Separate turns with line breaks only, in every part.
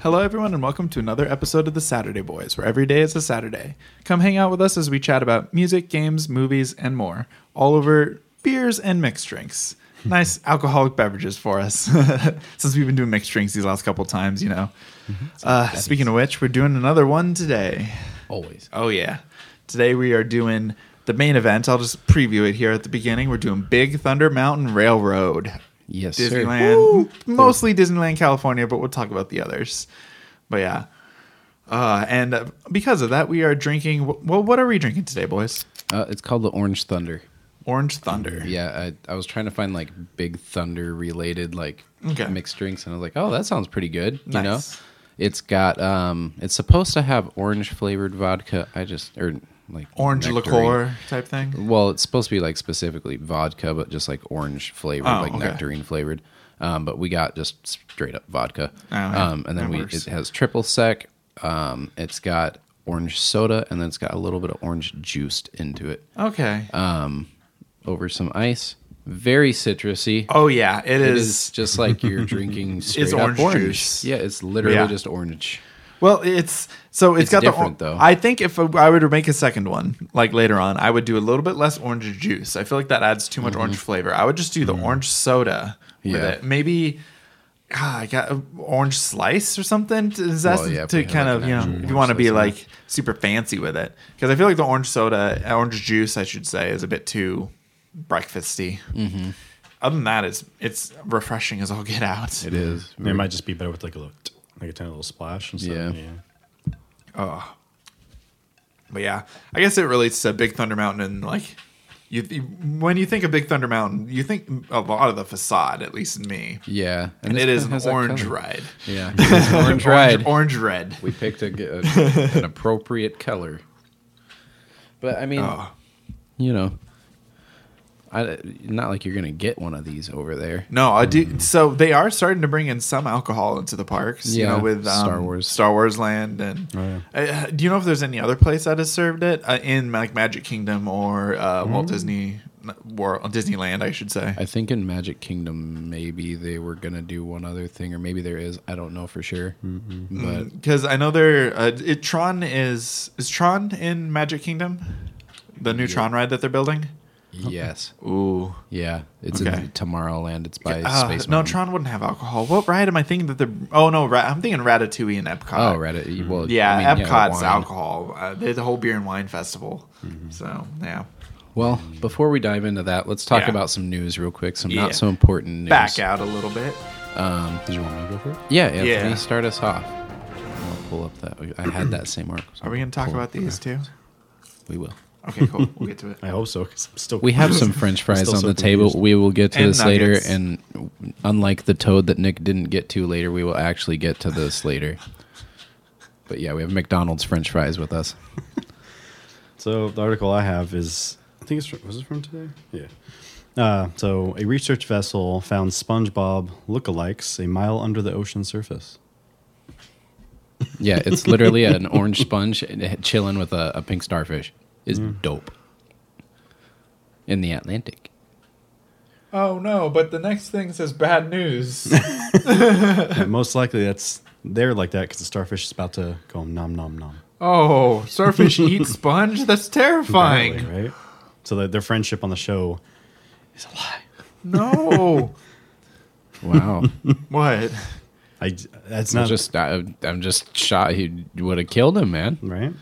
Hello, everyone, and welcome to another episode of The Saturday Boys, where every day is a Saturday. Come hang out with us as we chat about music, games, movies, and more, all over beers and mixed drinks. Nice alcoholic beverages for us, since we've been doing mixed drinks these last couple times, you know. Uh, speaking of which, we're doing another one today.
Always.
Oh, yeah. Today we are doing the main event. I'll just preview it here at the beginning. We're doing Big Thunder Mountain Railroad.
Yes, sir.
Disneyland, mostly Disneyland California, but we'll talk about the others. But yeah, uh, and uh, because of that, we are drinking. wh- Well, what are we drinking today, boys?
Uh, it's called the Orange Thunder.
Orange Thunder.
Yeah, I, I was trying to find like Big Thunder related like
Okay.
mixed drinks, and I was like, oh, that sounds pretty good. You know,
Nice.
it's got um, it's supposed to have orange flavored vodka. I just or like
Orange
nectarine.
liqueur type thing.
Well, it's supposed to be like specifically vodka, but just like orange flavored,
Oh,
like
okay.
nectarine flavored. Um, but we got just straight up vodka.
Oh, yeah.
um, and then
That
we
works.
it has triple sec. Um, it's got orange soda, and then it's got a little bit of orange juiced into it
Okay.
over some ice. Very citrusy.
oh yeah, it
it
is.
is just like you're drinking straight up
orange
orange,
juice.
Yeah, it's literally
Yeah.
just orange.
Well, it's so it's
It's
got
different,
the.
though.
I think if I were to make a second one, like later on, I would do a little bit less orange juice. I feel like that adds too much orange flavor. I would just do the orange soda with
Mm-hmm. Yeah.
it. Maybe ah, I got a orange slice or something. to- Is that
Well, yeah,
to
put,
kind
like,
of
an
you know
actual
if
orange
you want to be
slice in
like super fancy with it? Because I feel like the orange soda, orange juice, I should say, is a bit too breakfasty.
Mm-hmm.
Other than that, it's it's refreshing as all get out.
It is.
It might just be better with like a little, t- like a tiny little splash and stuff.
Yeah.
But yeah, I guess it relates to Big Thunder Mountain and like you, you when you think of Big Thunder Mountain, you think a lot of the facade, at least in me.
Yeah,
And
this
it is
kinda
an
has that
orange
color.
ride.
Yeah, it is an orange ride.
Orange red.
We picked a, a- an appropriate color. But I mean,
Oh,
you know, I, not like you're gonna get one of these over there.
no, I do. So they are starting to bring in some alcohol into the parks, you
Yeah,
know, with um,
Star Wars.
Star Wars Land, and
Oh,
uh, do you know if there's any other place that has served it uh, in like Magic Kingdom or uh,
Hmm?
Walt Disney World, Disneyland, I should say.
I think in Magic Kingdom, maybe they were gonna do one other thing, or maybe there is. I don't know for sure.
Mm-hmm.
But
because I know they're uh, it, Tron is is Tron in Magic Kingdom, the new Tron ride that they're building.
yes,
Ooh,
yeah, it's
Mm. Okay.
in Tomorrowland. It's by
uh,
Space.
no,
Mountain.
Tron wouldn't have alcohol. What ride am I thinking that they're? Oh no, Ra- I'm thinking Ratatouille and Epcot.
Oh, Reddit. Well,
Mm-hmm. Yeah,
I mean,
Epcot's
wine. Mm-hmm.
alcohol. Uh, they had the whole beer and wine festival. So yeah,
Well, before we dive into that, let's talk
Yeah.
about some news real quick. Some
Yeah.
not so important news.
back out a little bit.
Did you want me to go for it?
Yeah, Anthony,
Yeah.
start us off. I'll pull up that. I had that same article.
Are we going to talk about these two?
We will.
Okay, cool. We'll get to it.
I hope so. Cause I'm still.
We have some French fries
still
on
so
the table.
confused.
We will get to
And
this
nuggets.
later. And unlike the toad that Nick didn't get to later, we will actually get to this later. But yeah, we have McDonald's French fries with us.
So the article I have is, I think it's from, was it from today? Yeah. Uh, so a research vessel found SpongeBob lookalikes a mile under the ocean surface.
Yeah, it's literally an orange sponge chilling with a, a pink starfish. Is
Mm.
dope. In the Atlantic.
Oh no! But the next thing says bad news.
And most likely that's they're like that because the starfish is about to go nom nom nom.
oh, starfish eat sponge. That's terrifying.
Apparently, right? So their- their friendship on the show is a lie.
No.
Wow.
what?
I that's
I'm
not
just, I, I'm just shot. He would have killed him, man.
right.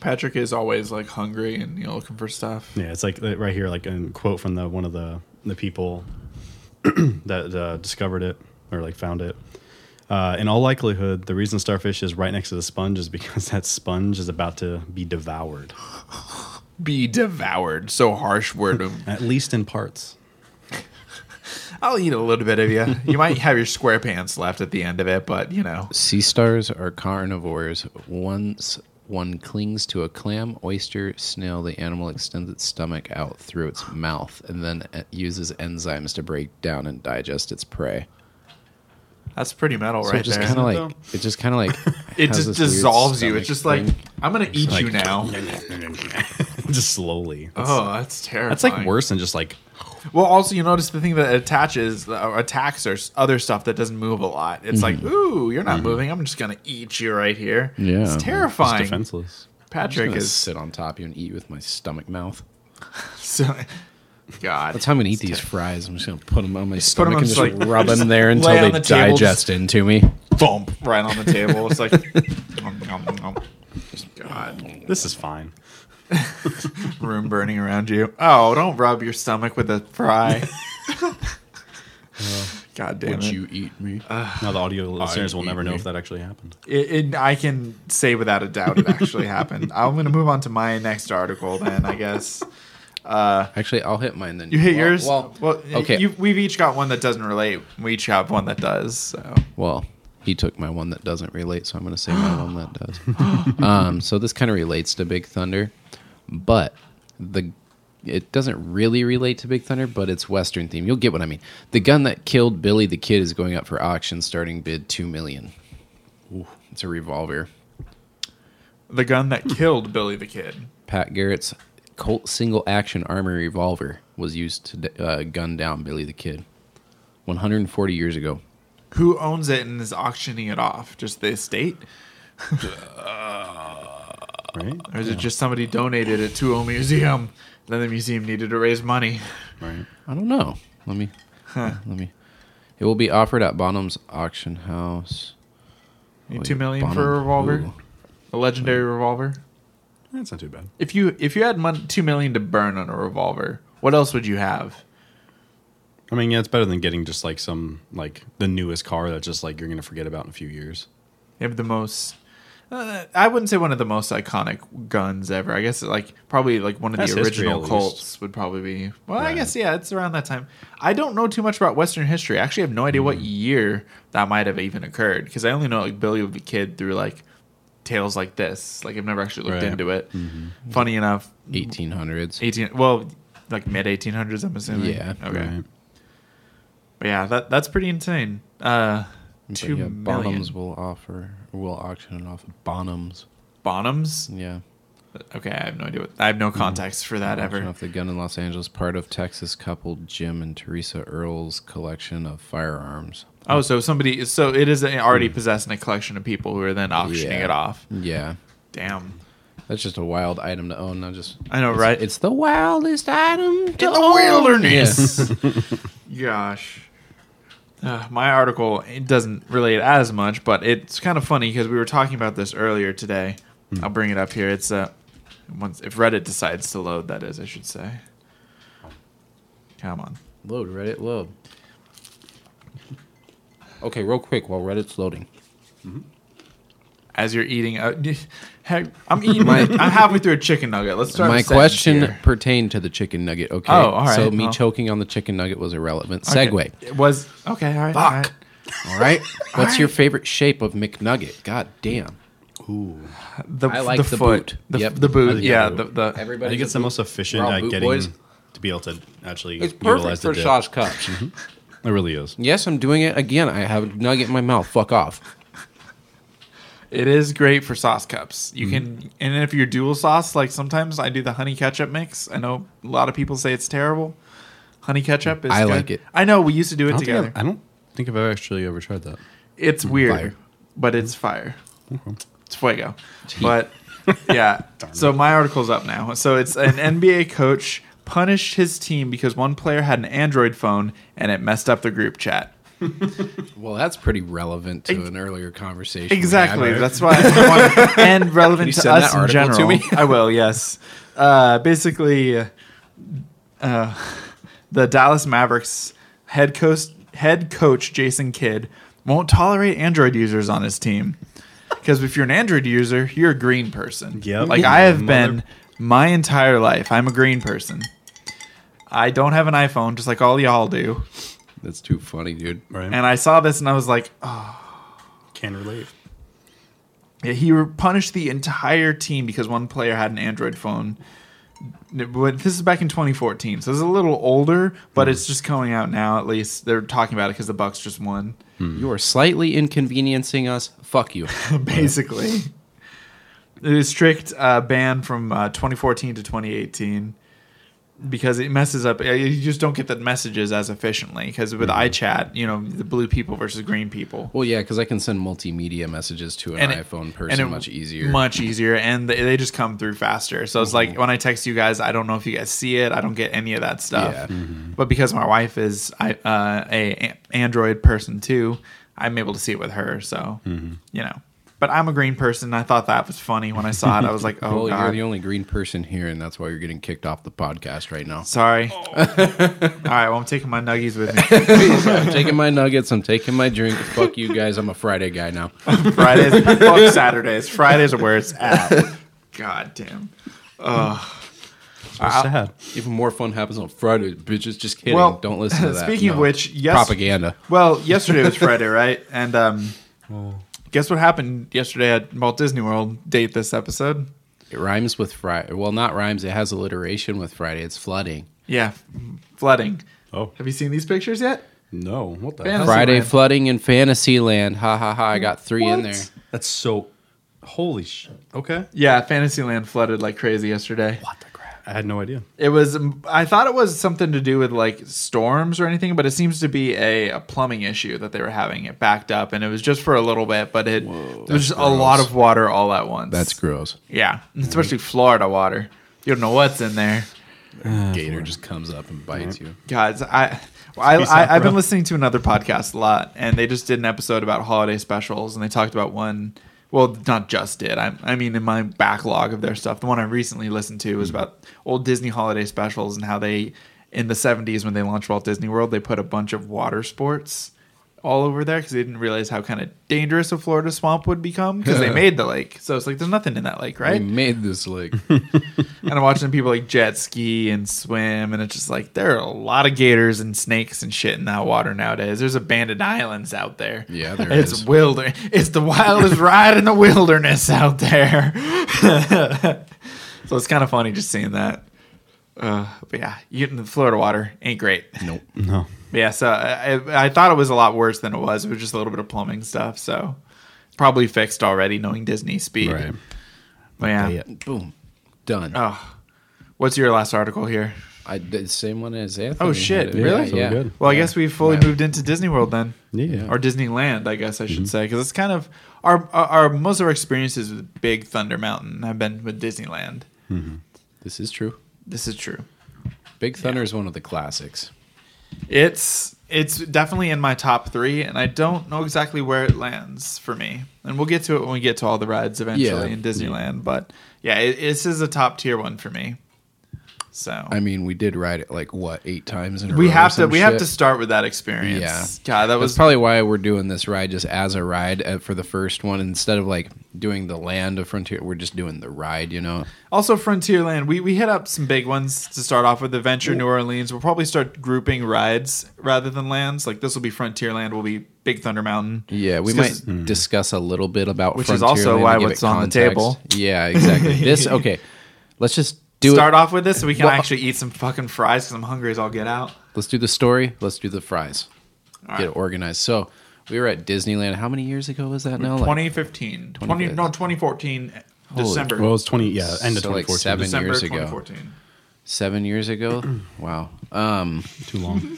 Patrick is always like hungry and you know looking for stuff.
Yeah, it's like uh, right here, like a quote from the one of the the people that uh, discovered it or like found it. Uh, in all likelihood, the reason starfish is right next to the sponge is because that sponge is about to be devoured,
Be devoured. So harsh word. Um,
at least in parts.
I'll eat a little bit of you. You might have your square pants left at the end of it, but you know.
Sea stars are carnivores. Once one clings to a clam, oyster, snail, the animal extends its stomach out through its mouth and then uh, uses enzymes to break down and digest its prey.
That's pretty metal
So
right
it just
there.
kind of
Isn't it
like it just kind of like
it
has
just
this weird
dissolves you. It's
stomach
just like
thing.
I'm gonna eat you now.
Just slowly. That's,
Oh, that's terrible.
that's like worse than just like
Well, also you notice the thing that attaches uh, attacks or s- other stuff that doesn't move a lot. It's like, ooh, you're not moving. I'm just gonna eat you right here.
Mm-hmm. Yeah.
it's
It's
It's
terrifying.
defenseless.
Patrick
gonna
is
sit on top of you and eat with my stomach mouth.
so. God,
That's how I'm gonna eat these fries. I'm just gonna put them on my
put 'em
stomach
on
and just
just like-
rub
just
them there until
lay on
they
the table,
digest into me.
bump right on the table. It's like, nom, nom, nom. God,
This is fine.
room burning around you. Oh, don't rub your stomach with a fry. God damn
Would
it.
you eat me?
Uh,
Now the audio listeners will
eat
never
me.
know if that actually happened.
It, it, I can say without a doubt it actually happened. I'm going to move on to my next article then, I guess.
Actually, I'll hit mine then.
You hit
Well-
yours?
Well,
well
okay.
You, we've each got one that doesn't relate. We each have one that does. So.
Well, he took my one that doesn't relate, so I'm going to say my one that does. Um, so this kind of relates to Big Thunder, but the it doesn't really relate to Big Thunder, but it's Western theme. You'll get what I mean. The gun that killed Billy the Kid is going up for auction, starting bid two million. It's a revolver.
The gun that killed Billy the Kid.
Pat Garrett's Colt single action armor revolver was used to uh, gun down Billy the Kid 140 years ago.
Who owns it and is auctioning it off? Just the estate?
Right?
Or is it just somebody donated it to a museum? Then the museum needed to raise money.
Right.
I don't know. Let me. Let me. It will be offered at Bonham's auction house.
You need
Wait,
Two million for a
Bonham
revolver?
who?
A legendary revolver?
That's not too bad.
If you if you had mon- two million to burn on a revolver, what else would you have?
I mean, yeah, it's better than getting just like some like the newest car that just like you're gonna forget about in a few years.
You have the most. Uh, I wouldn't say one of the most iconic guns ever. I guess like probably like one of
That's
the
history,
original
at least.
Colts would probably be. Well, I
Right.
guess yeah, it's around that time. I don't know too much about Western history. I actually have no idea
Hmm.
what year that might have even occurred because I only know like Billy the Kid through like tales like this. Like I've never actually looked
Right. Hmm.
into it.
Mm-hmm.
Funny enough,
1800s.
eighteen well like mid eighteen hundreds. I'm assuming.
Yeah.
Okay.
Right.
But yeah, that that's pretty insane. Uh,
But
two
yeah,
million
Bonham's will offer. Will auction it off. Bonham's.
Bonhams?
Yeah.
Okay, I have no idea. What, I have no context for that
Auction
ever.
off the gun in Los Angeles, part of Texas couple Jim and Teresa Earl's collection of firearms.
Oh, so somebody, so it is already possessing a collection of people who are then auctioning
Yeah.
it off.
Yeah.
Damn.
That's just a wild item to own. Not just
I know,
it's-
right?
It's the wildest item to
In the
own.
wilderness. Gosh. Uh, my article it doesn't relate as much, but it's kind of funny because we were talking about this earlier today. I'll bring it up here. It's uh, once if Reddit decides to load, that is, I should say. Come on.
Load Reddit, load. Okay, real quick while Reddit's loading.
As you're eating, uh, hey, I'm eating. My, I'm halfway through a chicken nugget. Let's start. a
My
sentence
question
here.
pertained to the chicken nugget. Okay.
Oh, all
So
right,
me
well.
choking on the chicken nugget was irrelevant.
Okay.
Segway.
It was okay. All right. all right.
All right. What's your favorite shape of McNugget? God damn.
Ooh.
The,
I like the
foot.
boot.
The,
Yep.
the
I
boot.
like
Yeah.
the
The,
boot.
the
Everybody
I think it's the most efficient
raw
at
boot,
getting
boys.
to be able to actually
It's
utilize
perfect
the
for
dip.
sauce cups.
It really is.
yes, I'm doing it again. I have a nugget in my mouth. Fuck off.
it is great for sauce cups. You
Mm-hmm.
can and if you're dual sauce, like sometimes I do the honey ketchup mix. I know a lot of people say it's terrible. Honey ketchup is.
I
good.
like it.
I know we used to do
I
it
don't, think
together.
I've, I don't think I've actually ever tried that.
It's weird,
Fire.
but it's fire. It's fuego. But yeah. so my article's up now. So it's an NBA coach punished his team because one player had an Android phone and it messed up the group chat.
Well, that's pretty relevant to an earlier conversation. we had,
Exactly.
right?
That's why I want and relevant to
send
us
that
in
article to
general.
me?
I will. Yes. Uh, basically, uh, the Dallas Mavericks head coach head coach Jason Kidd won't tolerate Android users on his team because if you're an Android user, you're a green person.
Yep.
Like I have
Mother-
been my entire life. I'm a green person. I don't have an iPhone, just like all y'all do.
that's too funny, dude.
Right.
And I saw this and I was like,
Can relate.
Yeah, he re- punished the entire team because one player had an Android phone. N- But this is back in 2014, so it's a little older, but it's just coming out now. At least they're talking about it because the Bucks just won,
You are slightly inconveniencing us. Fuck you.
basically. It was strict uh, ban from uh, 2014 to 2018. because it messes up. uh, You just don't get the messages as efficiently because with iChat, you know, the blue people versus green people.
Well, yeah, because I can send multimedia messages to an
it-
iPhone
and
person
it-
much easier. Mm-hmm.
Much easier, and they, they just come through faster. So it's like when I text you guys, I don't know if you guys see it. I don't get any of that stuff.
Yeah. Mm-hmm.
But because my wife is I, uh, a a- Android person too, I'm able to see it with her. So
Mm-hmm.
you know, but I'm a green person. I thought that was funny when I saw it. I was like, oh
well, you're
god.
the only green person here, and that's why you're getting kicked off the podcast right now.
Sorry. All right, well, I'm taking my nuggies with me.
I'm taking my nuggets. I'm taking my drink. Fuck you guys. I'm a Friday guy now.
Fridays, fuck Saturdays. Fridays are where it's at. God damn.
So sad.
Even more fun happens on Friday, bitches. Just kidding.
Well,
Don't listen to that.
speaking of
No.
which, yes-
propaganda.
Well, yesterday was Friday, right? And um, guess what happened yesterday at Walt Disney World? Date this episode.
It rhymes with Friday. Well, not rhymes. It has alliteration with Friday. It's flooding.
Yeah, flooding.
Oh
Have you seen these pictures yet?
no! What the?
Man,
hell?
Friday
Fantasyland.
flooding in Fantasyland. Ha ha ha! I got three in there.
That's so. Holy sh! Okay.
Yeah, Fantasyland flooded like crazy yesterday.
What the crap? I had no idea.
It was. um, I thought it was something to do with like storms or anything, but it seems to be a, a plumbing issue that they were having. It backed up, and it was just for a little bit, but it, it was just a lot of water all at once.
That's gross.
yeah, especially Florida water. You don't know what's in there.
Gator just comes up and bites you.
Guys, I, I,
Peace
I
out,
I've
bro.
been listening to another podcast a lot, and they just did an episode about holiday specials, and they talked about one. Well, not just did. I, I mean, in my backlog of their stuff, the one I recently listened to was about old Disney holiday specials and how they, in the '70s when they launched Walt Disney World, they put a bunch of water sports all over there because they didn't realize how kind of dangerous a Florida swamp would become because they made the lake. So it's like there's nothing in that lake,
I
right?
made this like
and I'm watching people like jet ski and swim, and it's just like there are a lot of gators and snakes and shit in that water nowadays. There's abandoned islands out there.
Yeah, there
it's
is.
wilder. It's the wildest ride in the wilderness out there. so it's kind of funny just seeing that. Uh, but yeah, you the Florida water ain't great.
nope.
No.
But yeah, so I, I- I thought it was a lot worse than it was. It was just a little bit of plumbing stuff, so probably fixed already, knowing Disney speed.
Right.
But yeah.
Boom, done.
Oh, what's your last article here?
I did the same one as Anthony.
Oh, shit,
had.
really?
Yeah. yeah.
So good.
Well, I guess we fully
Wow.
moved into Disney World then,
Yeah.
or Disneyland, I guess I should
Mm-hmm.
say, because it's kind of our, our our most of our experiences with Big Thunder Mountain have been with Disneyland.
This is true.
This is true.
Big Thunder is one of the classics.
It's it's definitely in my top three, and I don't know exactly where it lands for me. And we'll get to it when we get to all the rides eventually
Yeah.
in Disneyland. But yeah, it, this is a top tier one for me. So
I mean, we did ride it like what eight times in a
we
row or
have to
some
we have
shit?
to start with that experience.
Yeah.
God, that
That's
was
probably why we're doing this ride just as a ride uh, for the first one instead of like doing the land of frontier. We're just doing the ride, you know.
Also, Frontierland, we, we hit up some big ones to start off with. Adventure New Orleans. We'll probably start grouping rides rather than lands. Like this will be Frontierland. Will be Big Thunder Mountain.
Yeah, we might
Just 'cause-
discuss a little bit about
Hmm. Which is also
Frontierland
why
to give
what's
it
on the
context.
table.
Yeah, exactly. this okay. Let's just do
start
it.
off with this so we can
Well-
actually eat some fucking fries because I'm hungry as I'll get out.
Let's do the story. Let's do the fries.
All
Get
right.
it organized. So we were at Disneyland. How many years ago was that now? Like-
2015, 20, no 2014 December.
Well, it was twenty. Yeah, end of
So,
twenty
like,
fourteen.
seven
December
years ago.
2014.
seven years ago. wow. Um,
Too long.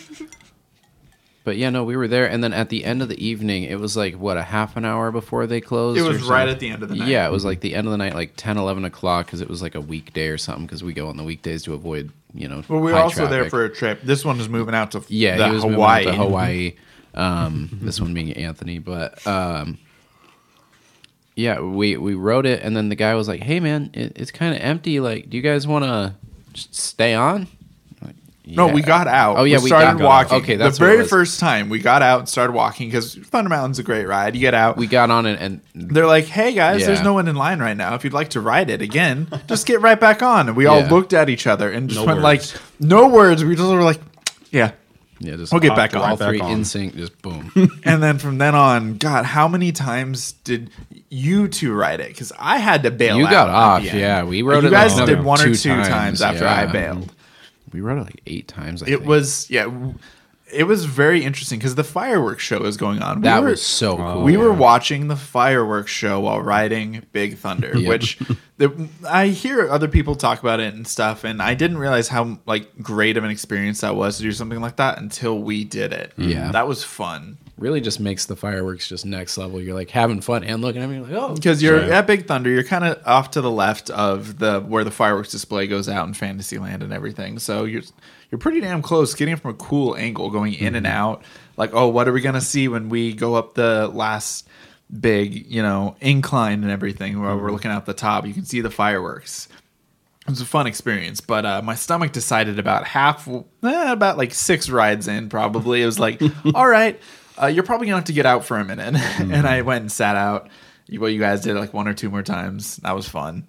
but yeah, no, we were there, and then at the end of the evening, it was like what a half an hour before they closed.
It
or
was right
something?
at the end of the night.
Yeah, it was like the end of the night, like 10, 11 o'clock, because it was like a weekday or something. Because we go on the weekdays to avoid, you know.
Well, we were
high
also there
traffic.
for a trip. This one is moving out to
yeah,
the
he was
Hawaii.
Hawaii. to Hawaii. Um, this one being Anthony, but um, yeah, we we wrote it, and then the guy was like, "Hey, man, it, it's kind of empty. Like, do you guys want to just stay on?" I'm like,
No,
"Yeah."
we got out.
Oh yeah, we,
started
got
walking.
Okay, that's
the
what it
very
was.
first time we got out and started walking because Thunder Mountain's a great ride. You get out.
we got on it, and
they're like, "Hey guys, there's
Yeah.
no one in line right now. If you'd like to ride it again, just get right back on." And we all
Yeah.
looked at each other and just
No
went
words.
like, "No words." We just were like, "Yeah."
yeah, just
We'll get
all-
back on.
All
Right back
three
on.
in sync, just boom.
And then from then on, God, how many times did you two ride it? Because I had to bail.
You
out
got
at
off,
the end.
yeah. We rode
You
it
guys
like
did
another
one or two
two
times,
times,
after I
yeah.
bailed.
we rode it like eight times. I
It
think.
was yeah. w- it was very interesting because the fireworks show is going on. We
That
were-
was so cool.
we were watching the fireworks show while riding Big Thunder,
Yeah.
which the, I hear other people talk about it and stuff, and I didn't realize how like great of an experience that was to do something like that until we did it.
Yeah.
that was fun
really just makes the fireworks just next level. You're like having fun and looking at me like, oh,
because you're
Right.
at Big Thunder, you're kind of off to the left of the where the fireworks display goes out in Fantasyland and everything. So you're you're pretty damn close, getting it from a cool angle, going in and out. Like, oh, what are we gonna see when we go up the last big, you know, incline and everything? Where we're looking out the top, you can see the fireworks. It was a fun experience, but uh, my stomach decided about half, eh, about like six rides in, probably. It was like, all right, uh, you're probably gonna have to get out for a minute. and I
Mm-hmm.
went and sat out. You- Well, you guys did it like one or two more times. That was fun.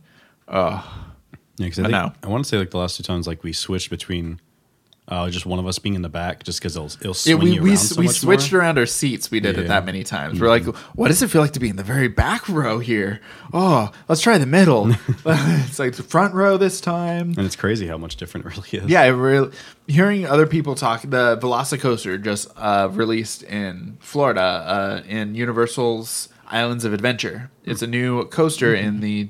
Yeah, 'cause I,
I
think,
know.
I want to say like the last two times, like we switched between uh, just one of us being in the back, just because it'll it'll
Yeah,
swing
we
you
we,
around so
we
much
switched
more.
around our seats. We did it
Yeah. Mm-hmm.
that many times. We're like, what does it feel like to be in the very back row here? Oh, let's try the middle. it's like the front row this time.
and it's crazy how much different it really is.
Yeah, it really, hearing other people talk, the Velocicoaster just uh, released in Florida uh, in Universal's Islands of Adventure. It's a new coaster in the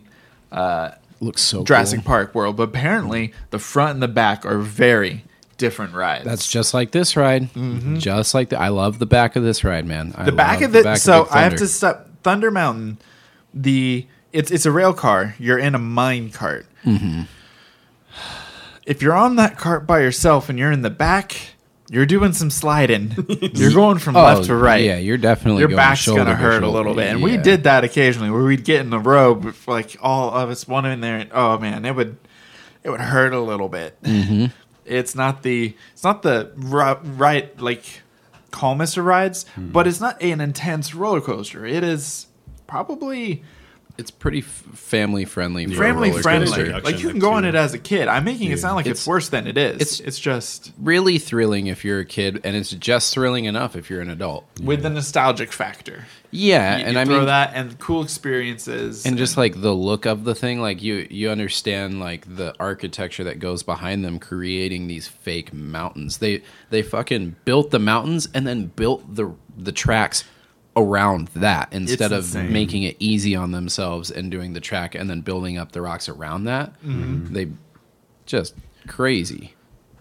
looks so
Jurassic
cool.
Park world, but apparently the front and the back are very different rides.
That's just like this ride. Just like the, I love the back of this ride, man. I
Mm-hmm. the back
love
of the,
back
so
Big
I have
Thunder.
to step Thunder Mountain. The it's it's a rail car. You're in a mine cart.
Mm-hmm.
If you're on that cart by yourself and you're in the back, you're doing some sliding. you're going from
Oh,
left to right.
Yeah, you're definitely
your
going
back's
shoulder
gonna
to
hurt a
shoulder.
little bit. And we
Yeah.
did that occasionally where we'd get in the row, but for, like all of us one in there. And, oh man, it would it would hurt a little bit.
Mm-hmm.
It's not the it's not the ru- right like calmest of rides,
Hmm.
but it's not an intense roller coaster. It is probably
It's pretty f- family friendly. for a
family
roller
friendly.
coaster.
Like
Introduction,
you can
like,
go on
to-
it as a kid. I'm making it sound like it's,
It's-
worse than it is. It's
it's-
it's just
Really thrilling if you're a kid, and it's just thrilling enough if you're an adult.
with the nostalgic factor.
Yeah,
You-
and
you
I
throw
mean
that and cool experiences
and just like the look of the thing like you you understand like the architecture that goes behind them creating these fake mountains they they fucking built the mountains and then built the the tracks around that instead of
insane.
making it easy on themselves and doing the track and then building up the rocks around that
Mm-hmm.
they just crazy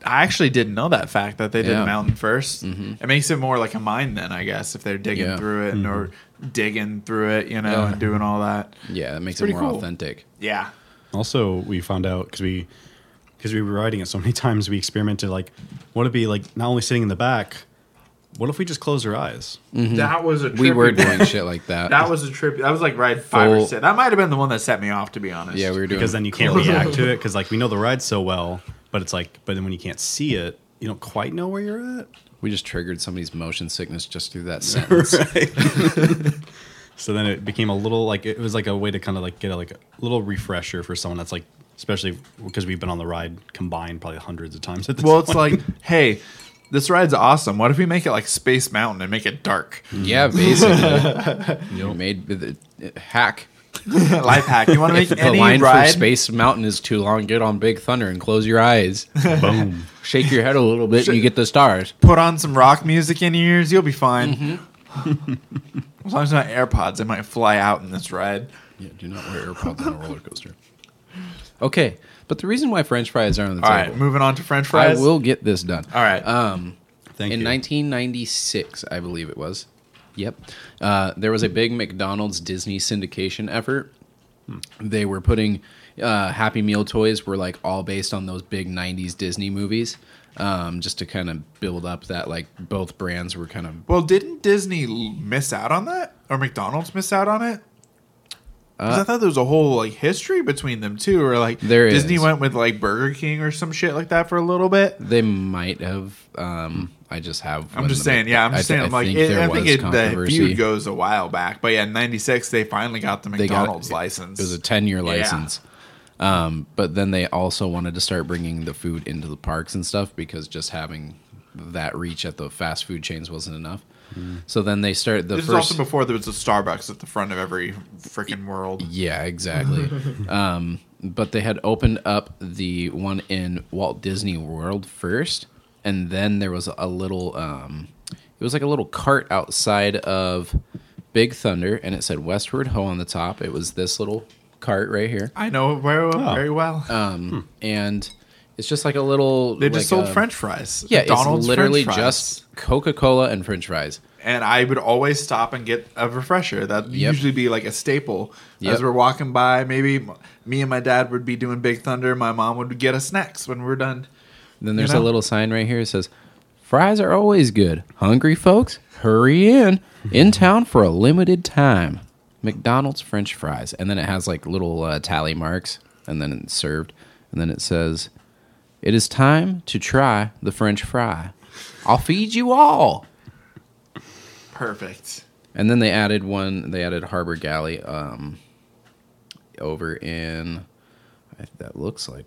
I actually didn't know that fact that they did
Yeah. Mm-hmm.
mountain 1st It makes it more like a mine then, I guess, if they're digging
Yeah.
through it and or digging through it, you know,
Yeah.
and doing all that.
yeah that makes it
pretty
more
cool.
authentic
Yeah.
Also, we found out because we because we were riding it so many times, we experimented like what would be like not only sitting in the back. What if we just close our eyes?
That was a trip.
Mm-hmm. we were doing shit like that,
That was a trip. That was like ride five or
Full-
six. That might have been the one that set me off, to be honest.
yeah we were doing
Because then you can't
Close.
react to it. Because like we know the ride so well, but it's like but then when you can't see it, you don't quite know where you're at.
we just triggered somebody's motion sickness just through that sentence
So then it became a little like it was like a way to kind of like get a, like a little refresher for someone that's like especially because we've been on the ride combined probably hundreds of times at this
Well, it's
point.
like, hey, this ride's awesome. What if we make it like Space Mountain and make it dark?
Yeah, basically. you made the the- hack.
Life hack. You want to make
Mm-hmm. If the
any
line
ride?
for Space Mountain is too long, get on Big Thunder and close your eyes.
boom.
Shake your head a little bit and you get the stars.
put on some rock music in your ears, you'll be fine.
Mm-hmm.
as long as not AirPods, they might fly out in this ride.
Yeah, do not wear AirPods on a roller coaster. Okay, but the reason why French fries are on the
All right,
table,
moving on to French
I
fries.
will get this done.
All right.
Um,
Thank
in
you.
1996, I believe it was. Yep. Uh, there was a big McDonald's Disney syndication effort.
Hmm.
They were putting uh, Happy Meal toys were like all based on those big 90s Disney movies, um, just to kind of build up that like both brands were kind of.
well, didn't Disney l- miss out on that, or McDonald's miss out on it? 'Cause I thought there was a whole like history between them too, or like
Uh, There
Disney
is.
went with like Burger King or some shit like that for a little bit.
They might have. Um, I just have.
I'm just saying, yeah, I'm just saying, I'm like, it, I think it, the feud goes a while back, but yeah, in '96 they finally got the
got-
McDonald's license.
It was a 10 year license. Um, but then they also wanted to start bringing the food into the parks and stuff because just having that reach at the fast food chains wasn't enough. So then they start the
Mm. this is
first.
also before there was a Starbucks at the front of every freaking world.
yeah, exactly. um, but they had opened up the one in Walt Disney World first. and then there was a little um, it was like a little cart outside of Big Thunder, and it said Westward Ho on the top. It was this little cart right here,
I know it very,
oh.
very well.
um, and it's just like a little.
Hmm. they just
like
sold
a-
French fries.
Yeah, it's
McDonald's
literally
French fries.
just Coca Cola and French fries.
and I would always stop and get a refresher. That
Yep.
usually be like a staple
Yep.
as we're walking by. Maybe m- me and my dad would be doing Big Thunder. My mom would get us snacks when we're done.
Then there's
know?
a little sign right here that says, "Fries are always good. Hungry folks, hurry in.
Hmm.
In town for a limited time. McDonald's French fries." And then it has like little uh, tally marks, and then it's served, and then it says, "It is time to try the French fry. I'll feed you all."
Perfect.
And then they added one. They added Harbor Galley um, over in. I, that looks like.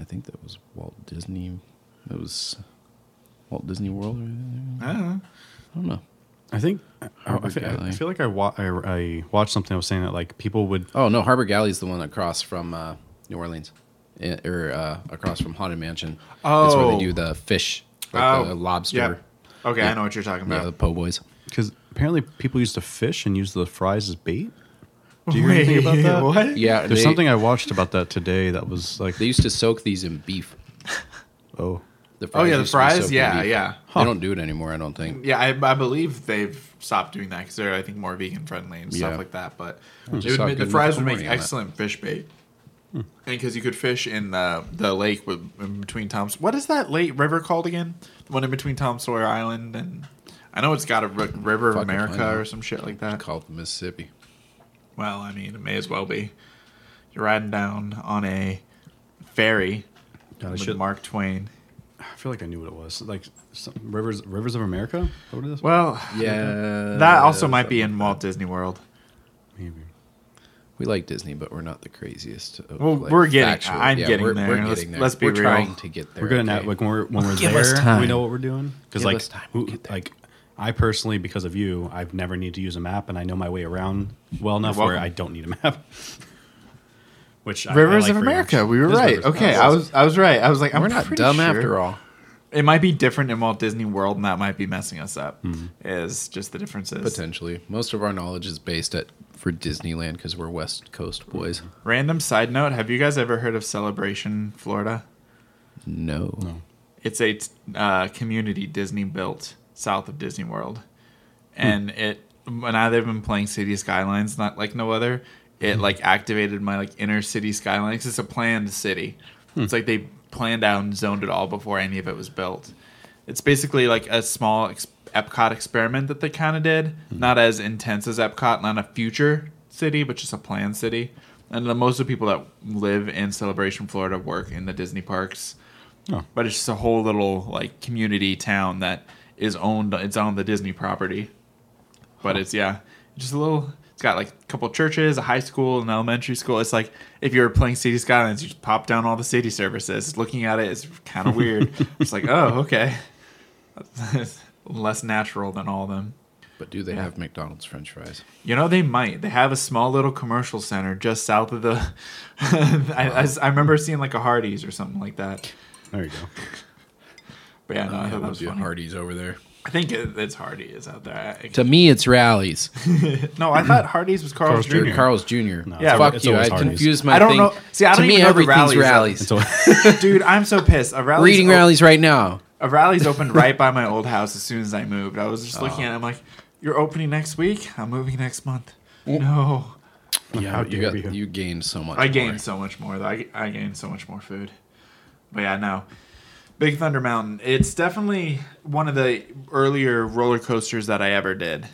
I think that was Walt Disney. That was Walt Disney World. Or anything.
I don't know.
I don't know.
I think I, I,
Harbor
feel, I
Galley.
feel like I, wa- I I watched something. that was saying that like people would
Oh no, Harbor Galley is the one across from uh, New Orleans, Eh, or uh, across from Haunted Mansion. that's where
Oh.
they do the fish, like
Oh.
the lobster,
Yep. Okay, I
Yeah.
know what you're talking
yeah, the
about.
po' boys.
because apparently people used to fish and use the fries as bait. Do you hear anything about
Wait,
that?
What?
Yeah,
There's
they-
something I watched about that today that was like
They used to soak these in beef.
oh
The fries
Oh yeah, the
used to be soaked
fries.
in
Yeah,
beef.
yeah,
They don't do it anymore. I don't think.
yeah. I, I believe they've stopped doing that because they're, I think, more vegan friendly and stuff
Yeah. Hmm.
like that. But it
Just
would
saw
make, the
Good
fries would
Morning
make
on that.
excellent fish bait.
Hmm.
And because you could fish in the, the lake with, in between Tom's. What is that lake river called again? The one in between Tom Sawyer Island and. I know it's got a ri- River of
Fucking I
America
know.
or some shit like that.
Called the Mississippi.
Well, I mean, it may as well be. You're riding down on a ferry
God, I
with
should-
Mark Twain.
I feel like I knew what it was like some, rivers Rivers of America. Is that What it is?
Well,
Yeah.
that also might be in Walt Disney World.
Maybe.
We like Disney, but we're not the craziest. Of,
Well,
like,
we're getting- I'm getting
we're,
there.
We're
Let's-
getting there.
let's be
we're
real.
trying to get there.
We're good at
okay?
that. Like when we're when we're
Give us
there, we
time.
know what we're doing. Because
Give
like
us time.
who-
We'll get there.
like I personally, because of you, I've never needed to use a map, and I know my way around well enough
You're
where
welcome.
I don't need a map. Which I- I
Rivers
like
of
very
America.
much.
We were
It is
right.
Rivers.
Okay,
Oh,
I was I was right. I was like, I'm
We're not
pretty
dumb
sure.
after all.
It might be different in Walt Disney World, and that might be messing us up. Is just the differences.
Potentially, most of our knowledge is based at for Disneyland because we're West Coast boys.
Random side note: Have you guys ever heard of Celebration Florida?
No. no.
It's a t- uh, community Disney built south of Disney World, and it when I have been playing City Skylines, not like no other, it like activated my like inner city skyline. 'cause it's a planned city. It's like they planned out and zoned it all before any of it was built. It's basically like a small ex- Epcot experiment that they kind of did, not as intense as Epcot, not a future city, but just a planned city. And the, most of the people that live in Celebration, Florida, work in the Disney parks but it's just a whole little like community town that is owned it's on the disney property but it's yeah just a little it's got like a couple churches a high school an elementary school it's like if you were playing city skylines you just pop down all the city services looking at it it's kind of weird it's like oh okay less natural than all of them
But do they have McDonald's French fries?
you know they might. They have a small little commercial center just south of the. I, I s- I remember seeing like a Hardee's or something like that.
There you go.
But yeah, no, I
Yeah,
thought that
we'll
was
do
funny.
Hardee's over there.
I think it, it's Hardee's out there. I-
To me, it's rallies.
No, I thought Hardee's was Carl's,
Carl's
Jr.
Jr.
Carl's Jr.
Yeah,
fuck
it's
you. I
always Hardee's.
confuse my.
I don't
thing.
know- see, I
to
don't
me,
even know the
everything's
rallies are-
rallies.
So
Dude, I'm so pissed. A rally's
Reading rallies right now.
A rally's opened right by my old house as soon as I moved. I was just looking at. it. I'm like, you're opening next week. I'm moving next month. No,
how
you,
dare
got,
you.
you gained so much.
I
more.
gained so much more. Though. I I gained so much more food. But yeah, no. Big Thunder Mountain. It's definitely one of the earlier roller coasters that I ever did.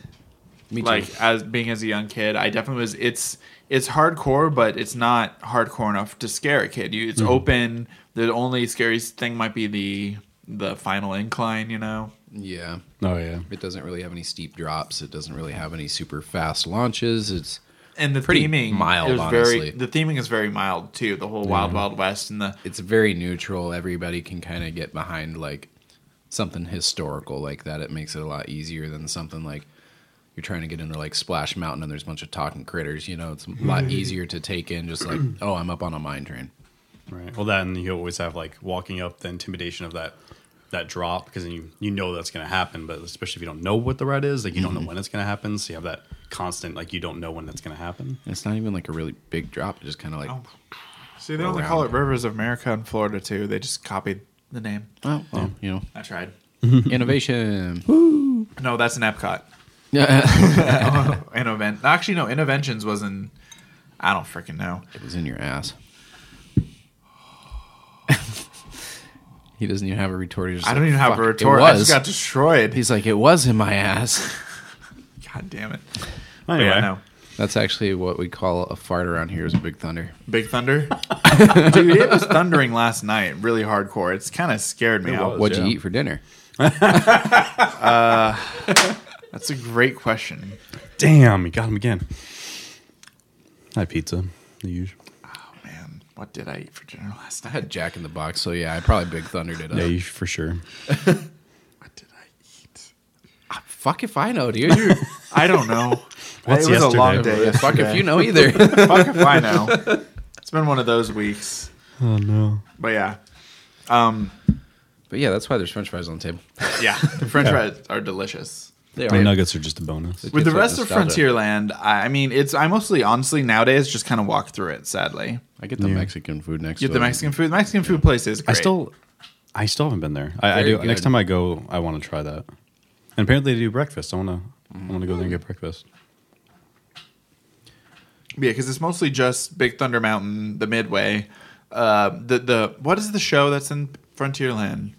Me too.
like as being as a young kid i definitely was it's it's hardcore but it's not hardcore enough to scare a kid you it's
Mm-hmm.
open the only scary thing might be the the final incline you know
yeah.
oh yeah.
It doesn't really have any steep drops. It doesn't really have any super fast launches. It's
and the
Pretty
theming
mild,
is
honestly. Mm-hmm.
very the theming is very mild too the whole wild wild west and the
it's very neutral. Everybody can kind of get behind like something historical like that. It makes it a lot easier than something like you're trying to get into like Splash Mountain and there's a bunch of talking critters. You know, it's a
Mm-hmm.
lot easier to take in. Just like oh, I'm up on a mine train.
Right. Well, that and you always have like walking up the intimidation of that that drop because then you you know that's going to happen. But especially if you don't know what the red is, like you don't know when it's going to happen, so you have that constant like you don't know when that's going to happen.
And it's not even like a really big drop. It's just kind of like, oh,
See, they only call it Rivers of America in Florida too. They just copied the name.
oh, well, you know,
I tried.
innovation.
No, that's an Epcot.
it
oh, Innoven- Actually, no. Innoventions was in. I don't freaking know.
was in your ass. he doesn't even have a retort. He's just
I don't
like,
even have
"Fuck,
a
it
retort. I
was."
just got destroyed.
He's like, it was in my ass.
God damn it. But
Anyway,
yeah, no.
That's actually what we call a fart around here is a big thunder.
Big thunder, dude. It was thundering last night, really hardcore. It's kind of scared me
It
out.
was.
What'd
yeah.
you eat for dinner?
That's a great question.
damn, you got him again. Hi, pizza. The usual.
Oh man, what did I eat for dinner last
I
night?
had Jack in the Box, so yeah, I probably big thundered it up.
Yeah, you, for sure.
What did I eat?
Fuck if I know, dude. You're,
I don't know.
What's
it was a long
yesterday?
day.
fuck
yesterday.
if you know either.
Fuck if I know. It's been one of those weeks.
Oh no.
But yeah. Um,
but yeah, that's why there's French fries on the table.
yeah. The French
Yeah.
fries are delicious.
They
My
are.
nuggets are just a bonus.
It
With the
gives, like,
rest of
nostalgia.
Frontierland, I I mean, it's I mostly honestly nowadays just kind of walk through it. Sadly,
I get the Mexican food next.
get
to
the
it.
Mexican food. The Mexican food place is. Great.
I still, I still haven't been there. I, I
Very
do. Next
good.
time I go, I want to try that. And apparently they do breakfast. I want to. I want to go there and get breakfast.
Yeah, because it's mostly just Big Thunder Mountain, the Midway, uh, the the what is the show that's in Frontierland?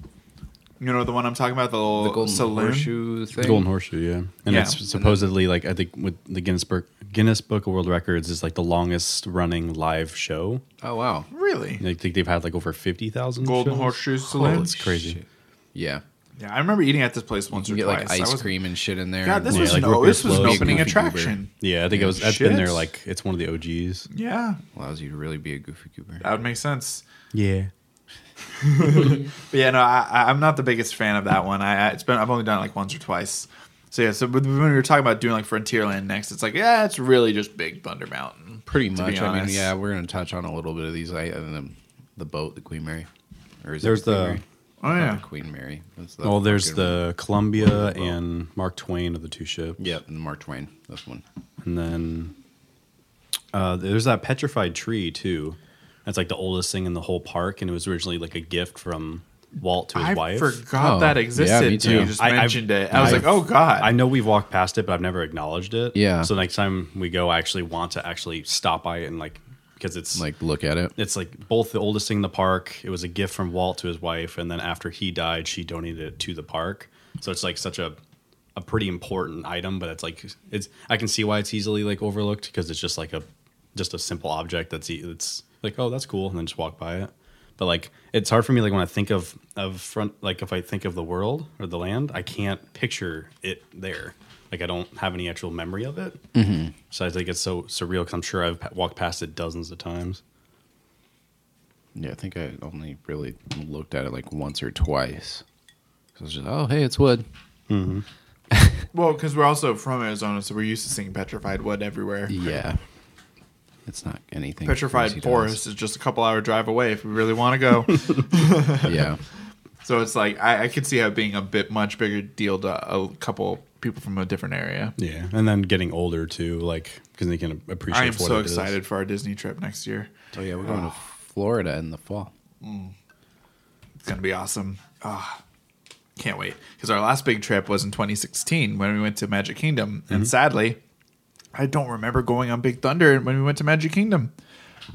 You know the one I'm talking about, the little
the golden
saloon.
horseshoe thing.
Golden Horseshoe, yeah, and
Yeah.
it's supposedly like I think with the Guinness Book Guinness Book of World Records is like the longest running live show.
Oh wow.
Really,
And I think they've had like over fifty thousand.
Golden
shows.
Horseshoe
Holy
Saloon.
it's crazy.
shit. Yeah,
Yeah, I remember eating at this place once
you
or
get
twice.
like
I
ice
was-
cream and shit in there.
God, this
Yeah,
was
like
no,
root
this
beer
was an
floats.
opening
Goofy Goober.
attraction.
Yeah, I think it was. That's
Shit.
been there like it's one of the OGs.
Yeah,
allows you to really be a goofy goober.
that would make sense.
Yeah,
But yeah, no, I, I- I'm not the biggest fan of that one. I, I it's been I've only done it like once or twice. So yeah, so with- when we were talking about doing like Frontierland next, it's like yeah, it's really just Big Thunder Mountain.
Pretty
to
much.
be
I mean,
honest.
yeah, we're gonna touch on a little bit of these. I and then the boat, the Queen Mary, or is it
There's
Queen
the-
Mary?
Oh
Not
yeah,
the Queen Mary. That's the
well, there's
fucking-
the Columbia and Mark Twain of the two ships.
Yep, and Mark Twain. That's one.
and then uh, there's that petrified tree too. That's like the oldest thing in the whole park, and it was originally like a gift from Walt to his
I
wife.
forgot
Oh,
that
yeah,
existed.
me
too. You
too.
just
I- I've-
mentioned it. I was
I've-
like, oh god.
I know we've walked past it, but I've never acknowledged it.
Yeah.
So next time we go, I actually want to actually stop by it and like because it's like
Like, look at it.
it's like both the oldest thing in the park. It was a gift from Walt to his wife, and then after he died, she donated it to the park. So it's like such a a pretty important item, but it's like it's I can see why it's easily like overlooked because it's just like a just a simple object that's e- it's like oh that's cool and then just walk by it. But like it's hard for me like when I think of of front like if I think of the world or the land, I can't picture it there. Like I don't have any actual memory of it. Mm-hmm. So I think it's so surreal because I'm sure I've pa- walked past it dozens of times.
Yeah, I think I only really looked at it like once or twice. So it's just, oh, hey, it's wood.
well, because we're also from Arizona, so we're used to seeing petrified wood everywhere.
Yeah, it's not anything. crazy
Petrified
to
Forest is just a couple hour drive away if we really want to go.
us. Yeah,
so it's like I, I could see how it being a bit much bigger deal to a couple people from a different area.
Yeah, and then getting older too, like because they can appreciate.
I am
for what
so
it is.
excited Oh, for our Disney trip next year.
so yeah, we're going to Florida in the fall.
It's gonna be awesome. Ah, can't wait. Because our last big trip was in 2016 when we went to Magic Kingdom,
Mm-hmm.
and sadly, I don't remember going on Big Thunder when we went to Magic Kingdom.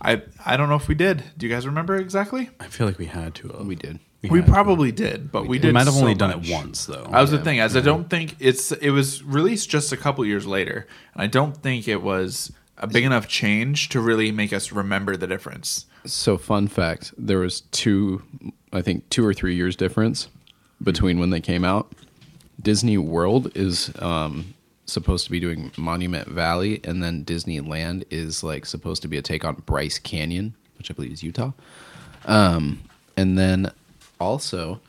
I I don't know if we did. Do you guys remember exactly?
I feel like we had to. Have.
We did.
we
had to.
probably did, but we,
We
did.
might have
so
only done
much.
it once though.
That was the thing, as I don't think it's it was released just a couple years later, and I don't think it was a big enough change to really make us remember the difference.
So fun fact: there was two, I think, two or three years difference between when they came out. Disney World is um, supposed to be doing Monument Valley, and then Disneyland is like supposed to be a take on Bryce Canyon, which I believe is Utah. Um, and then also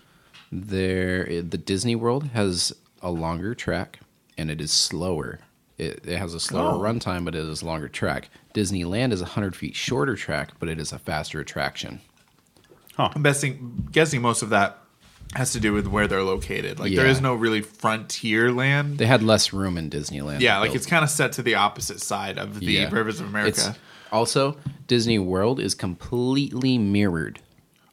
there, the Disney World has a longer track, and it is slower. It, it has a slower
Oh.
runtime, but it is a longer track. Disneyland is a hundred feet shorter track, but it is a faster attraction.
I'm guessing guessing most of that has to do with where they're located. Like there
Yeah.
is no really frontier land.
They had less room in Disneyland.
yeah,
to
like
build.
it's kind of set to the opposite side of the
Yeah.
rivers of America.
It's- also, Disney World is completely mirrored.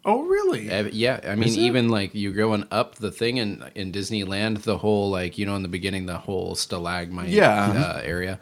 oh, really?
Ev- Yeah, I mean,
it?
even like you're going up the thing in in Disneyland, the whole like you know in the beginning, the whole stalagmite
Yeah.
uh, area,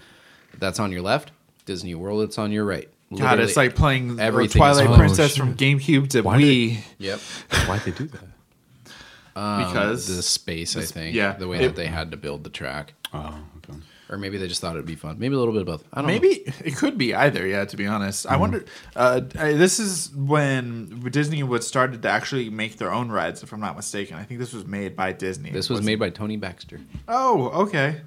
that's on your left. Disney World, it's on your right.
God,
Literally-
it's like playing uh,
everything's-
Twilight
Oh,
Princess
shit.
from GameCube to
Why
Wii
yep,
Why'd they do that?
um,
because
the space. I think
yeah,
the way
it-
that they had to build the track,
Oh, okay.
or maybe they just thought it'd be fun. Maybe a little bit of both. I don't know.
Maybe it could be either. Yeah, to be honest,
Hmm.
I wonder. Uh, I- this is when Disney would started to actually make their own rides, if I'm not mistaken. I think this was made by Disney.
This was made by Tony Baxter.
Oh, okay.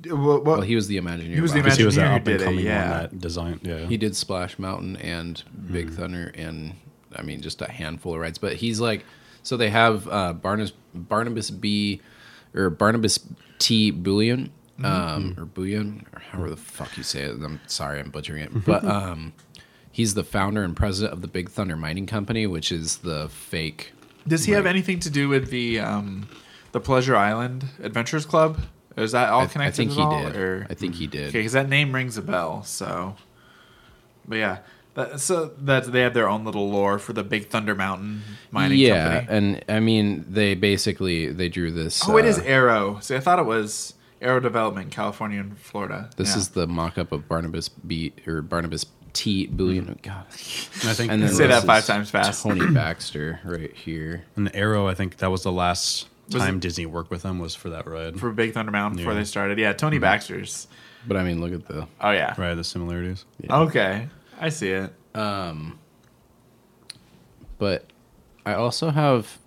D- What, what,
Well, he was the Imagineer.
He was the
behind it.
'Cause he
Imagineer
was that up
did
and
it,
coming
yeah.
on that design. Yeah.
He did Splash Mountain and
Hmm.
Big Thunder, and I mean just a handful of rides. But he's like, so they have uh, Barnabas Barnabas B or Barnabas T Bouillon,
Hmm.
um, or Bouillon, or however the fuck you say it. I'm sorry, I'm butchering it. But um, he's the founder and president of the Big Thunder Mining Company, which is the fake.
does he have anything to do with the um, the Pleasure Island Adventures Club? Is that all
I
connected?
think
at
he
all,
did.
Or?
I think he did.
Okay, because that name rings a bell. So, but yeah, that, so that they have their own little lore for the Big Thunder Mountain mining
yeah,
company.
and I mean they basically they drew this.
Oh, it is
uh,
Arrow. See, I thought it was Arrow Development, California and Florida.
This
Yeah.
is the mock-up of Barnabas B or Barnabas T Bouillon. Oh, God,
And I think
And then
Say that
this
five
is
times fast.
Tony Baxter right here.
an arrow. I think that was the last
Was
time
it-
Disney worked with him was for that ride.
for Big Thunder Mountain before
Yeah.
they started. Yeah, Tony Baxter's.
But I mean, look at the
Oh yeah.
right. The similarities.
Okay, I see it.
but I also have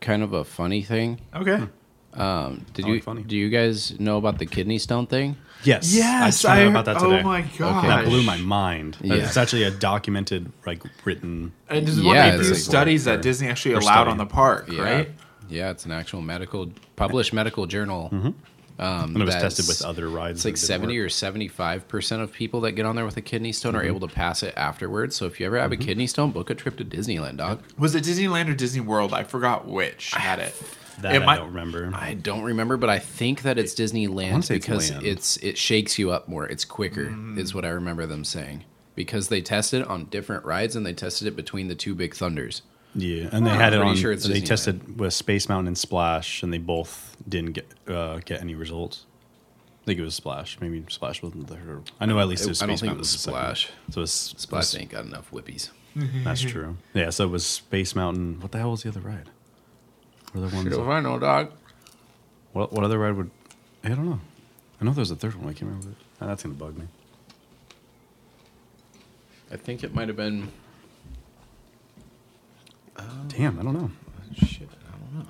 kind of a funny thing.
Okay.
Um did
I
you
like funny.
do you guys know about the kidney stone thing?
Yes. I
Yes,
just
I,
found
heard
out about that today.
Oh my god,
That blew my mind.
Yeah.
It's actually a documented, like written.
And this is
Yeah,
one of the
it's
few
like-
studies that Disney actually
or
allowed
study.
on the park,
Yeah.
right?
Yeah, it's an actual medical published medical journal. Um
And it was
that's-
tested with other rides.
It's like 70 or 75% of people that get on there with a kidney stone are able to pass it afterwards. So if you ever have a kidney stone, book a trip to Disneyland, dog.
Was it Disneyland or Disney World? I forgot which had it.
that
it
I
might-
don't remember.
I don't remember, but I think that it's Disneyland
say it's
because
land.
it's it shakes you up more. It's quicker, is what I remember them saying. Because they tested it on different rides and they tested it between the two big thunders.
yeah, and they
I'm
had it
pretty
on.
sure it's
they
Disneyland.
tested with Space Mountain and Splash, and they both didn't get uh, get any results. I think it was Splash. Maybe Splash wasn't there. I know at least it was
I
Space
don't think it
Mountain
was
the second.
Splash.
So it was
Splash
Splash.
ain't got enough whippies.
That's true. Yeah. So it was Space Mountain. What the hell was the other ride? Were there ones?
I know, dog.
What, what other ride would? I don't know. I know there's a third one. I can't remember. Ah, that's gonna bug me.
I think it might have been.
Damn, I don't know.
Shit, I don't know.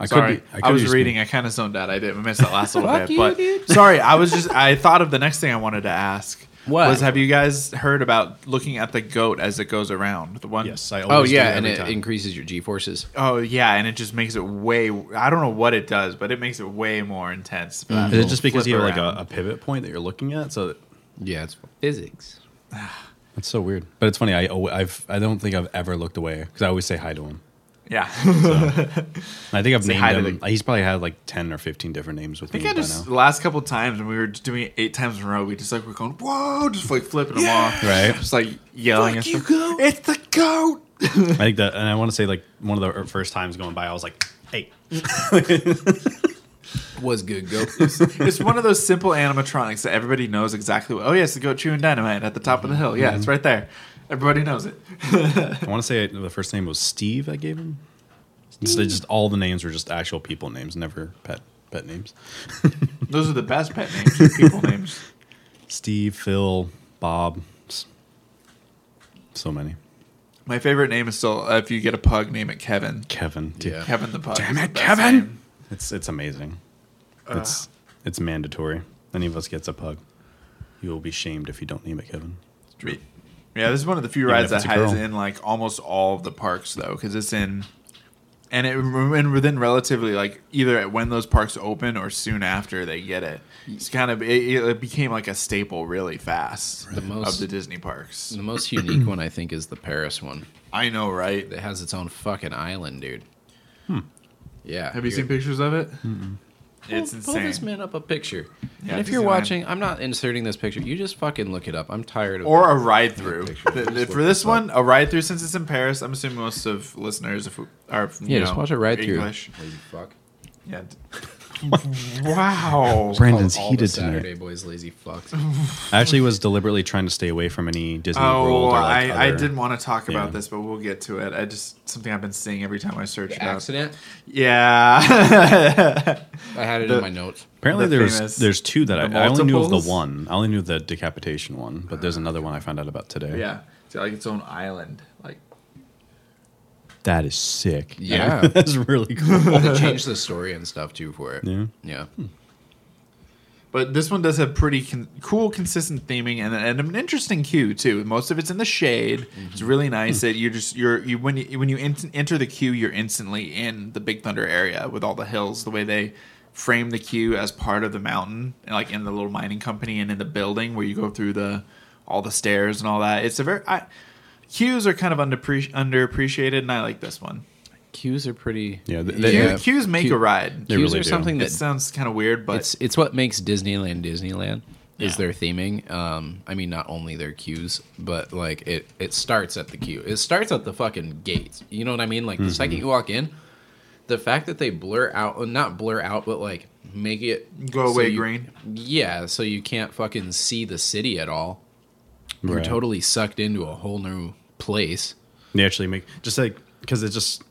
I
Sorry,
could be.
I,
I, could
was
be-
reading. I kind of zoned out. I did miss that last little
Fuck
bit.
you,
but
dude.
sorry, I was just. I thought of the next thing I wanted to ask.
What?
was? Have you guys heard about looking at the goat as it goes around? The one.
Yes, I
Oh,
always
yeah,
do
and
every
it
time.
increases your G forces.
Oh yeah, and it just makes it way. I don't know what it does, but it makes it way more intense.
Is it just because
flip
you have like
around.
a, a pivot point that you're looking at? So that-
Yeah, it's physics.
that's so weird. But it's funny. I alwa- I've I don't think I've ever looked away because I always say hi to him.
Yeah, I
And I think I've
Say
named
hi to
him.
the-
he's probably had like ten or fifteen different names with
think
me
I
by
just
now.
last couple times when we were doing it eight times in a row, we just like were going whoa, just like flipping them off,
Right.
Just like yelling at
Fuck you,
stuff. It's the goat.
I think that, and I want to say like one of the er, first times going by, I was like, "Hey,
Was good, go.
it's one of those simple animatronics that everybody knows exactly. What, oh yes, the goat chewing dynamite at the top of the hill. Yeah,
Mm-hmm.
it's right there. Everybody knows it.
I want to say the first name was Steve. I gave him. So they just all the names were just actual people names, never pet pet names.
Those are the best pet names, people names.
Steve, Phil, Bob, s- so many.
My favorite name is still uh, if you get a pug, name it Kevin.
Kevin, dude.
Yeah.
Kevin the pug.
Damn
is
it,
the best
Kevin!
name.
It's it's amazing. It's it's mandatory. Any of us gets a pug. You will be shamed if you don't name it Kevin.
Re- Yeah, this is one of the few
Even
rides
if
that
it's a
has
girl.
in like almost all of the parks though, because it's in and it and within relatively like either at when those parks open or soon after they get it. It's kind of it, it became like a staple really fast
The
of
most-
the Disney parks.
the most unique one, I think, is the Paris one.
I know, right?
It has its own fucking island, dude. Yeah.
Have you
here-
seen pictures of it?
Pull-
It's
Pull
insane.
this man up a picture.
Yeah,
and if
this
you're
is mine.
watching, I'm not inserting this picture. You just fucking look it up. I'm tired of
Or a ride through.
Picture.
The- the-
Just
for
look
this
this
one, a ride through since it's in Paris. I'm assuming most of listeners if we- are you
yeah, just
know,
watch it right through.
English.
Lazy fuck.
Yeah. wow.
Brandon's
All the
heated
Saturday
tonight.
boys, lazy fucks.
I actually was deliberately trying to stay away from any Disney
Oh,
World. Or like
I,
other,
I didn't want to talk about
Yeah.
this, but we'll get to it. I just something I've been seeing every time I search
The
about.
accident.
Yeah.
I had it
The-
in my notes.
Apparently,
the
there's
famous-
there's two that I,
the
I only knew of the
multiples?
one. I only knew the decapitation one, but there's another one I found out about today.
yeah. It's got like its own island. Like
that is sick.
Yeah.
that's really cool.
They changed the story and stuff too for it.
yeah,
Yeah.
But this one does have pretty con- cool, consistent theming and, and an interesting queue too. Most of it's in the shade. It's really nice that you're just you're you when you when you in- enter the queue, you're instantly in the Big Thunder area with all the hills. The way they frame the queue as part of the mountain, and like in the little mining company and in the building where you go through the all the stairs and all that. It's a very I, queues are kind of underpre- underappreciated, and I like this one.
Cues are pretty.
yeah. th-
Queue-
they-
Yeah.
Queues make
Queue-
a ride.
They
Cues
really
are
do.
something
It
that
sounds kind of weird, but
it's it's what makes Disneyland Disneyland is
Yeah.
their theming. Um, I mean, not only their queues, but like it it starts at the queue. It starts at the fucking gates. You know what I mean? Like the second you walk in, the fact that they blur out, well, not blur out, but like make it
Go
so
away
you-
green.
Yeah, so you can't fucking see the city at all. You're
Right.
totally sucked into a whole new place.
They actually make just like because it just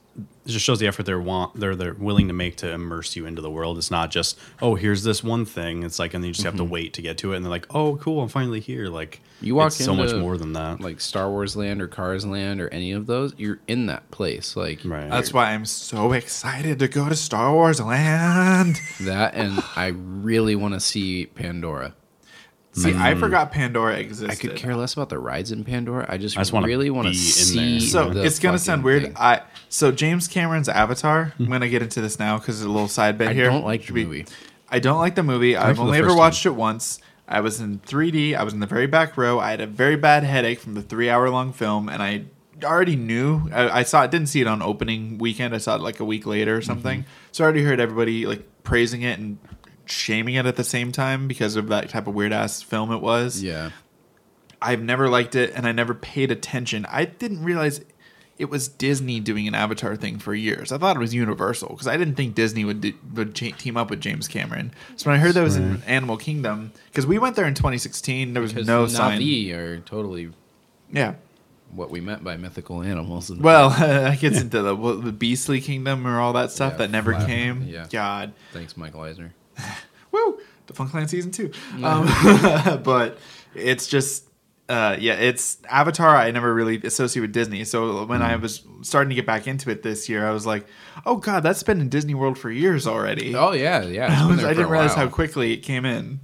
it just shows the effort they're want they're they're willing to make to immerse you into the world. It's not just oh here's this one thing. It's like and then you just have to wait to get to it. And they're like oh cool I'm finally here. Like
You walk
it's so much
into,
more than that.
Like Star Wars Land or Cars Land or any of those, you're in that place. Like
right.
That's why I'm so excited to go to Star Wars Land.
That and I really want to see Pandora.
See, I forgot Pandora existed.
Mm. I could care less about the rides in Pandora. I just,
I just wanna
really want
be
to
in
see.
there.
So
the
it's gonna
fucking
sound weird.
thing.
I so James Cameron's Avatar. I'm gonna get into this now because it's a little side bit
I
here.
don't like the
We-
movie.
I don't like the movie. I've
for the
only ever
first
watched it once. I was in 3D. I was in the very back row. I had a very bad headache from the three-hour-long film, and I already knew. I, I saw. I didn't see it on opening weekend. I saw it like a week later or something.
Mm-hmm.
So I already heard everybody like praising it and shaming it at the same time because of that type of weird ass film it was.
yeah,
I've never liked it and I never paid attention. I didn't realize it was Disney doing an Avatar thing for years. I thought it was Universal because I didn't think Disney would do, would cha- team up with James Cameron. So when I heard that was in Animal Kingdom, because we went there in 2016, there was
'Cause
no
Navi
sign.
are totally
Yeah.
what we meant by mythical animals. and-
Well, that gets into the, well, the Beastly Kingdom or all that stuff
Yeah,
that never
Flav-
came.
yeah.
God.
thanks, Michael Eisner.
Woo! The Funkland season two. Um, but it's just, uh, yeah, it's Avatar. I never really associate with Disney. So when
Mm.
I was starting to get back into it this year, I was like, oh god, that's been in Disney World for years already.
Oh yeah, yeah.
I,
it's been
was-
there
I
for
didn't
a
realize
while.
how quickly it came in.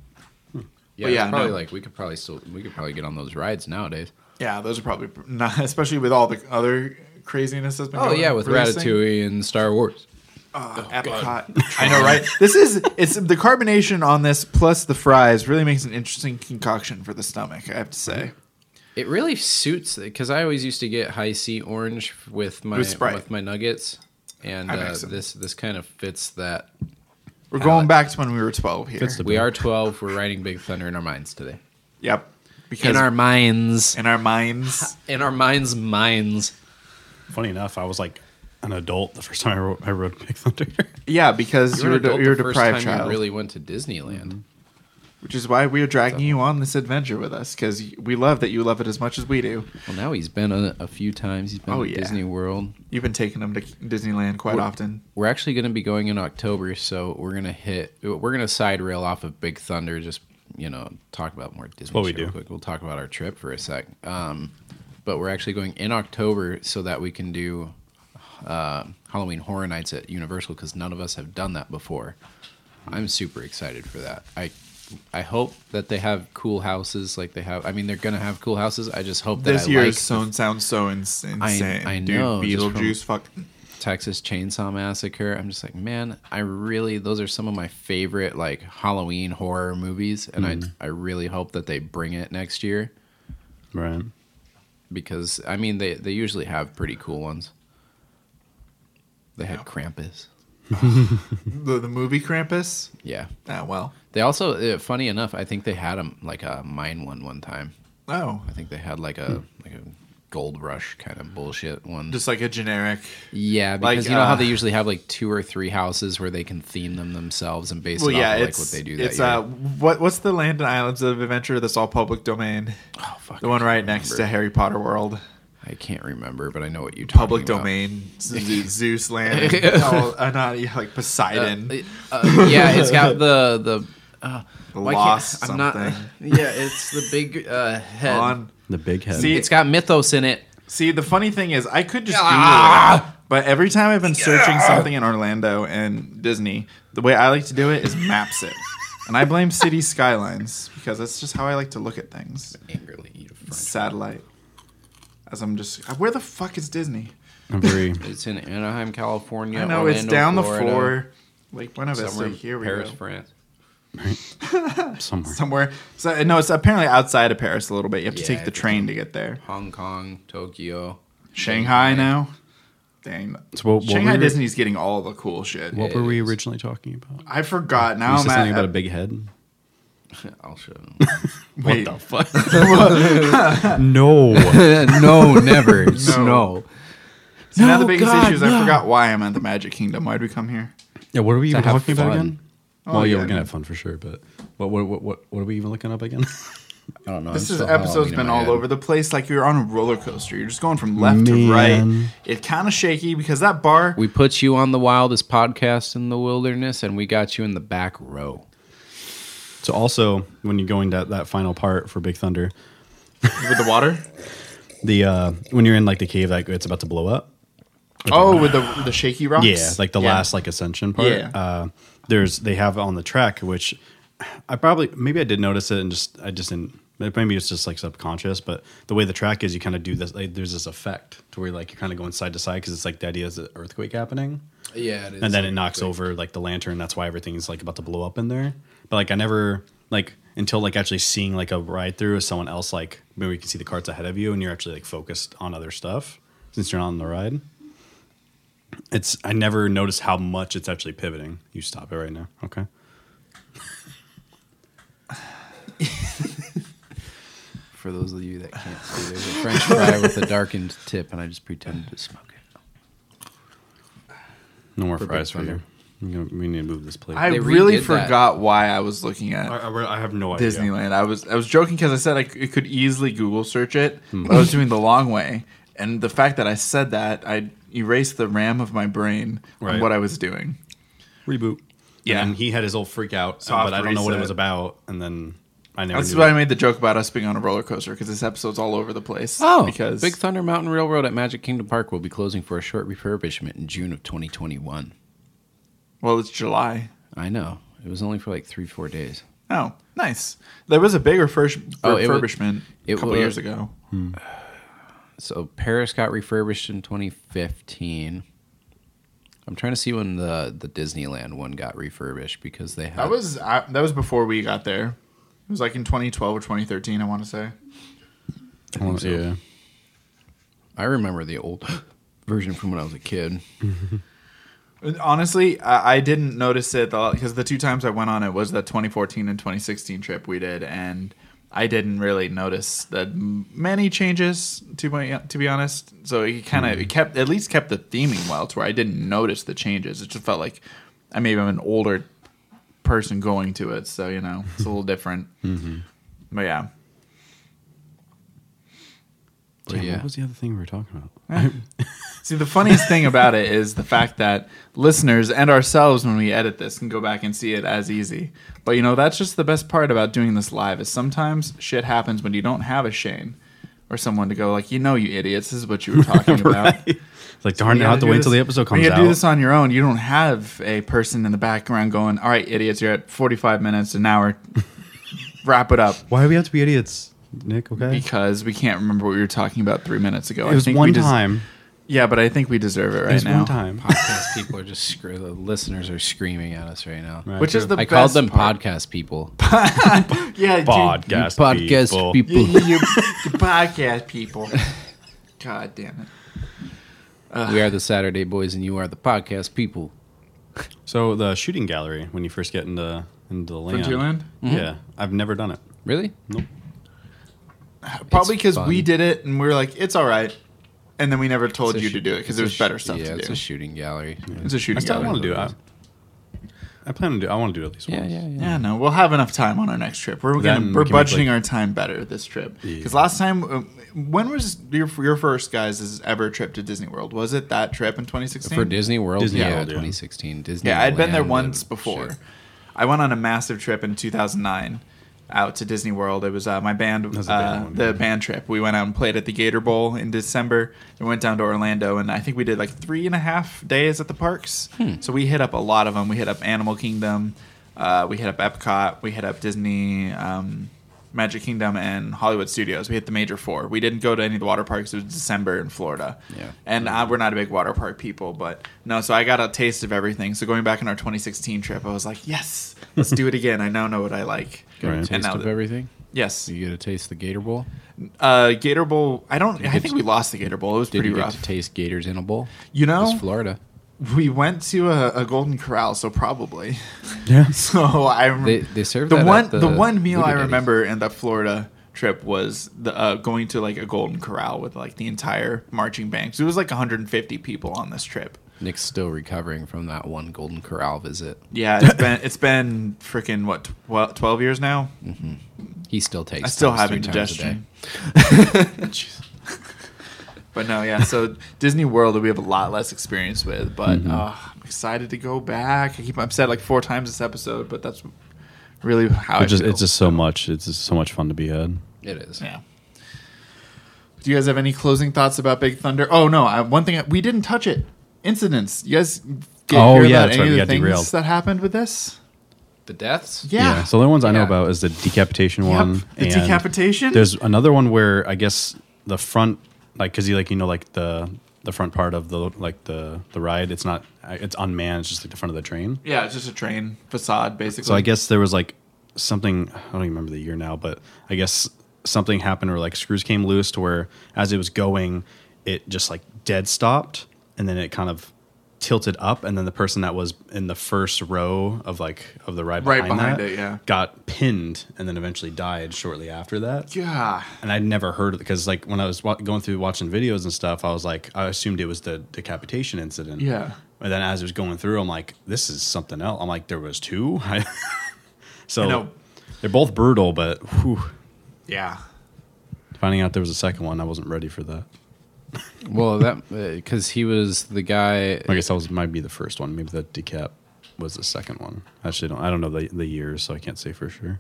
Yeah,
but
it's
yeah,
probably
no.
like we could probably still we could probably get on those rides nowadays.
Yeah, those are probably not, especially with all the other craziness that's been.
Oh
going
yeah, with
releasing.
Ratatouille and Star Wars.
Uh, Epcot. I know, right? This is it's the carbonation on this plus the fries really makes an interesting concoction for the stomach. I have to
Mm.
say.
It really suits because I always used to get high C orange with my
With
with,
Sprite.
my nuggets, and
I
uh,
mix 'em.
this this kind of fits that.
We're
Uh,
going back to when we were 12 here.
Fits the
We are twelve. We're riding Big Thunder in our minds today.
Yep. Because
In our minds,
in our minds.
in our minds, minds.
Funny enough, I was like an adult the first time I rode, I rode Big Thunder.
Yeah, because you're,
an adult
de- you're a
the first
deprived
time you
child, Mm-hmm.
really went to Disneyland.
which is why we are dragging you on this adventure with us because we love that you love it as much as we do.
Well, now he's been a, a few times. He's been
Oh,
to
yeah.
Disney World.
You've been taking them to Disneyland quite
Well-
often.
We're actually going to be going in October, so we're gonna hit. We're gonna side rail off of Big Thunder. Just you know, talk about more Disney.
what we
shit real
do.
Quick. We'll talk about our trip for a sec. Um, but we're actually going in October so that we can do uh, Halloween Horror Nights at Universal because none of us have done that before. I'm super excited for that. I I hope that they have cool houses like they have. I mean, they're gonna have cool houses. I just hope that
This
I
year
like
so, sounds so ins- insane.
I know,
Dude,
just
Beetlejuice,
from-
fuck.
Texas Chainsaw Massacre. I'm just like, man, I really those are some of my favorite like Halloween horror movies, and
Mm-hmm.
I I really hope that they bring it next year
right.
because I mean they they usually have pretty cool ones. They had Krampus.
The, the movie Krampus?
Yeah.
Ah, well.
They also, uh, funny enough, I think they had a like a mine one one time.
Oh.
I think they had like a like a gold rush kind of bullshit one.
Just like a generic.
yeah,
like,
because you know how
uh,
they usually have like two or three houses where they can theme them themselves and base
Well,
it off
yeah,
of, like
it's
what they do that
it's
year.
uh, what what's the land and islands of adventure that's all public domain?
oh, fuck,
The
I
one
can't
right next to
remember.
Harry Potter World,
I can't remember, but I know what you're talking
public
about.
domain, Z- Zeus land, all, uh, not yeah, like Poseidon.
Uh, yeah, it's got the the. Uh, why can't-
Lost
I'm not.
something.
Yeah, it's the big uh, head.
on
The big head.
See-
It's got mythos in it.
see, the funny thing is, I could just Google
Ah!
it, but every time I've been searching something in Orlando and Disney, the way I like to do it is maps it, and I blame city skylines because that's just how I like to look at things.
Angrily eat a French.
Satellite, as I'm just, where the fuck is Disney?
I'm very
It's in Anaheim, California.
I know it's
Orlando,
down
Florida,
the floor, like Buena
Somewhere
Vista.
in
Here we
Paris,
go.
France.
somewhere.
somewhere. So no, it's apparently outside of Paris a little bit. You have to
Yeah,
take
I
the
think
train to get there.
Hong Kong, Tokyo.
Shanghai now. Dang.
So what- what
Shanghai
were-
Disney's getting all the cool shit.
What were we originally talking about?
I forgot.
You
Now
said
I'm at,
something about a big head.
I'll show them.
wait,
fuck?
No,
no, never. no.
so now the
No,
biggest
God,
issue is
no.
I forgot why I'm at the Magic Kingdom. Why'd we come here?
yeah. What are we even
have
talking about
fun.
again? well, yeah,
yeah.
we're gonna have fun for sure. But what what what what, what are we even looking up again?
I don't know.
This
I'm
is
still
episode's
Halloween in
been
my
all
head.
over the place. Like you're on a roller coaster. You're just going from left to
Man.
right. It's kind of shaky because that bar.
We put you on the wildest podcast in the wilderness, and we got you in the back row.
so also, when you're going to that final part for Big Thunder,
with the water.
the uh when you're in like the cave that it's about to blow up.
Oh, with the the shaky rocks.
Yeah, like the last like ascension part.
Yeah.
Uh, there's they have on the track, which I probably maybe I did notice it and just I just didn't. Maybe it's just like subconscious, but the way the track is, you kind of do this. Like, there's this effect to where like you're kind of going side to side because it's like the idea is an earthquake happening,
Yeah, it is.
and then it knocks over like the lantern. That's why everything's like about to blow up in there. But like I never like until like actually seeing like a ride through with someone else. Like maybe you can see the carts ahead of you, and you're actually like focused on other stuff since you're not on the ride. It's I never noticed how much it's actually pivoting. You stop it right now, okay?
For those of you that can't see, there's a French fry with a darkened tip, and I just pretended to smoke it.
No more
Perfect
fries for you.
thunder.
I'm gonna- We need to move this plate.
I
They
really
redid that.
forgot why I was looking at
I, I- I have no idea.
Disneyland. I was I was joking because I said I c- could easily Google search it, but I was doing the long way. And the fact that I said that, I erased the RAM of my brain on
Right.
what I was doing.
reboot.
Yeah.
and then he had his old freak out,
Soft
but I don't know what it
reset.
was about. And then I never.
That's
knew
why I
it.
made the joke about us being on a roller coaster because this episode's all over the place.
Oh,
because
Big Thunder Mountain Railroad at Magic Kingdom Park will be closing for a short refurbishment in June of 2021.
well, it's July.
I know. It was only for like three, four days.
Oh, nice. There was a big refurbish-
Oh, it wa-
refurbishment
it
a couple
wa-
years ago.
So Paris got refurbished in 2015. I'm trying to see when the, the Disneyland one got refurbished because they had.
That was I, that was before we got there. It was like in 2012 or 2013, I want to say.
I wanna- yeah.
I remember the old version from when I was a kid.
Honestly, I, I didn't notice it because the two times I went on it was that 2014 and 2016 trip we did, and I didn't really notice that m- many changes. To be to be honest, so it kind of it kept at least kept the theming well to where I didn't notice the changes. It just felt like I maybe I'm an older person going to it, so you know it's a little different. But yeah,
But
Damn,
yeah.
What was the other thing we were talking about?
See, the funniest thing about it is the fact that listeners and ourselves, when we edit this, can go back and see it as easy. But you know, that's just the best part about doing this live is sometimes shit happens when you don't have a Shane or someone to go like, you know, you idiots, this is what you were talking about.
Right. It's like darn,
You
now I have
gotta
to
do
wait until
this-
the episode
when
comes out.
You do this on your own. You don't have a person in the background going, "All right, idiots, you're at 45 minutes, an hour, wrap it up,"
Why do we have to be idiots, Nick? Okay,
because we can't remember what we were talking about three minutes ago.
it was
we
one
des-
time.
Yeah, but I think we deserve it right
It was
now.
one time.
podcast people are just scr- the listeners are screaming at us right now.
Right.
Which is the
I
best
called them
part.
podcast people.
Yeah, dude.
Podcast,
podcast people.
people.
You, you, you podcast people. God damn it.
we are the Saturday Boys, and you are the podcast people.
So the shooting gallery when you first get into into the land.
Frontierland? Mm-hmm.
Yeah, I've never done it.
Really?
Probably because we
fun.
did it and we were like, it's all right. And then we never told
It's a
you
sh-
to do it because
it's
there's
a sh-
better stuff
Yeah,
to
it's
do.
a shooting gallery.
it's a shooting.
I still
gallery.
want to do it. I, I plan to do. I want to do it at least
Yeah,
once.
yeah, yeah.
Yeah, no, we'll have enough time on our next trip. We're
Then
gonna,
we
we're
can make, like-
budgeting our time better this trip because last time, uh, when was your your first guys' ever trip to Disney World? Was it that trip in 2016?
For Disney World,
Disney
yeah,
World, yeah.
2016. Disney.
Yeah, I'd been there
Land
once
and
before.
shit.
I went on a massive trip in 2009 out to Disney World. It was uh, my band,
was a band
uh,
one,
the
yeah.
band trip. We went out and played at the Gator Bowl in December. and went down to Orlando, and I think we did like three and a half days at the parks.
Hmm.
So we hit up a lot of them. We hit up Animal Kingdom, uh, we hit up Epcot, we hit up Disney. Um, Magic Kingdom and Hollywood Studios. We hit the major four. We didn't go to any of the water parks. It was December in Florida.
Yeah.
And uh, we're not a big water park people, but no, so I got a taste of everything. So going back on our 2016 trip, I was like, yes, let's do it again. I now know what I like.
Got a
Right.
taste
And now
of
the-
everything.
Yes.
You get to taste the Gator Bowl.
Uh, Gator Bowl, I don't, I
get
think
to-
we lost the Gator Bowl. It was
Did
pretty
you get
rough.
to taste gators in a bowl?
You know-
it's Florida.
we went to a, a Golden Corral, so probably.
Yeah.
So I remember.
They they serve
the
that at
one the, one meal
Voodoo
I
Daddies.
remember in the Florida trip was the uh, going to like a Golden Corral with like the entire marching band. 'Cause it was like 150 people on this trip.
Nick's still recovering from that one Golden Corral visit.
Yeah, it's been it's been freaking what tw- 12 years now.
He still takes.
I still
times
have
three times a
indigestion.
day.
but no, yeah. So Disney World, we have a lot less experience with, but
Mm-hmm.
uh, I'm excited to go back. I keep I've said like four times this episode, but that's really how I
It's just,
feel.
it's just so much. It's just so much fun to be had.
It is.
Yeah. Do you guys have any closing thoughts about Big Thunder? Oh no, I, one thing I, we didn't touch it. Incidents. You guys get
Oh,
hear
yeah,
about
that's
any
right,
of
we
the
got
things
derailed.
that happened with this?
The deaths.
Yeah.
So the only ones I know
Yeah.
about is the decapitation
Yep,
one.
the
and
decapitation?
There's another one where I guess the front, like, cause you like you know like the the front part of the like the the ride. It's not. It's unmanned. It's just like the front of the train.
Yeah, it's just a train facade basically.
So I guess there was like something I don't even remember the year now, but I guess something happened where like screws came loose to where as it was going, it just like dead stopped and then it kind of tilted up and then the person that was in the first row of like of the ride
Right
behind,
behind
that
it, yeah.
got pinned and then eventually died shortly after that
yeah.
and I'd never heard of it because like when I was wa- going through watching videos and stuff, I was like, I assumed it was the decapitation incident.
Yeah.
And then as it was going through, I'm like, this is something else. I'm like, there was two. I-
I
so
know.
they're both brutal, but whew,
Yeah.
finding out there was a second one, I wasn't ready for that.
Well, that because he was the guy.
I guess that was might be the first one. Maybe the decap was the second one. Actually, don't I don't know the the years, so I can't say for sure.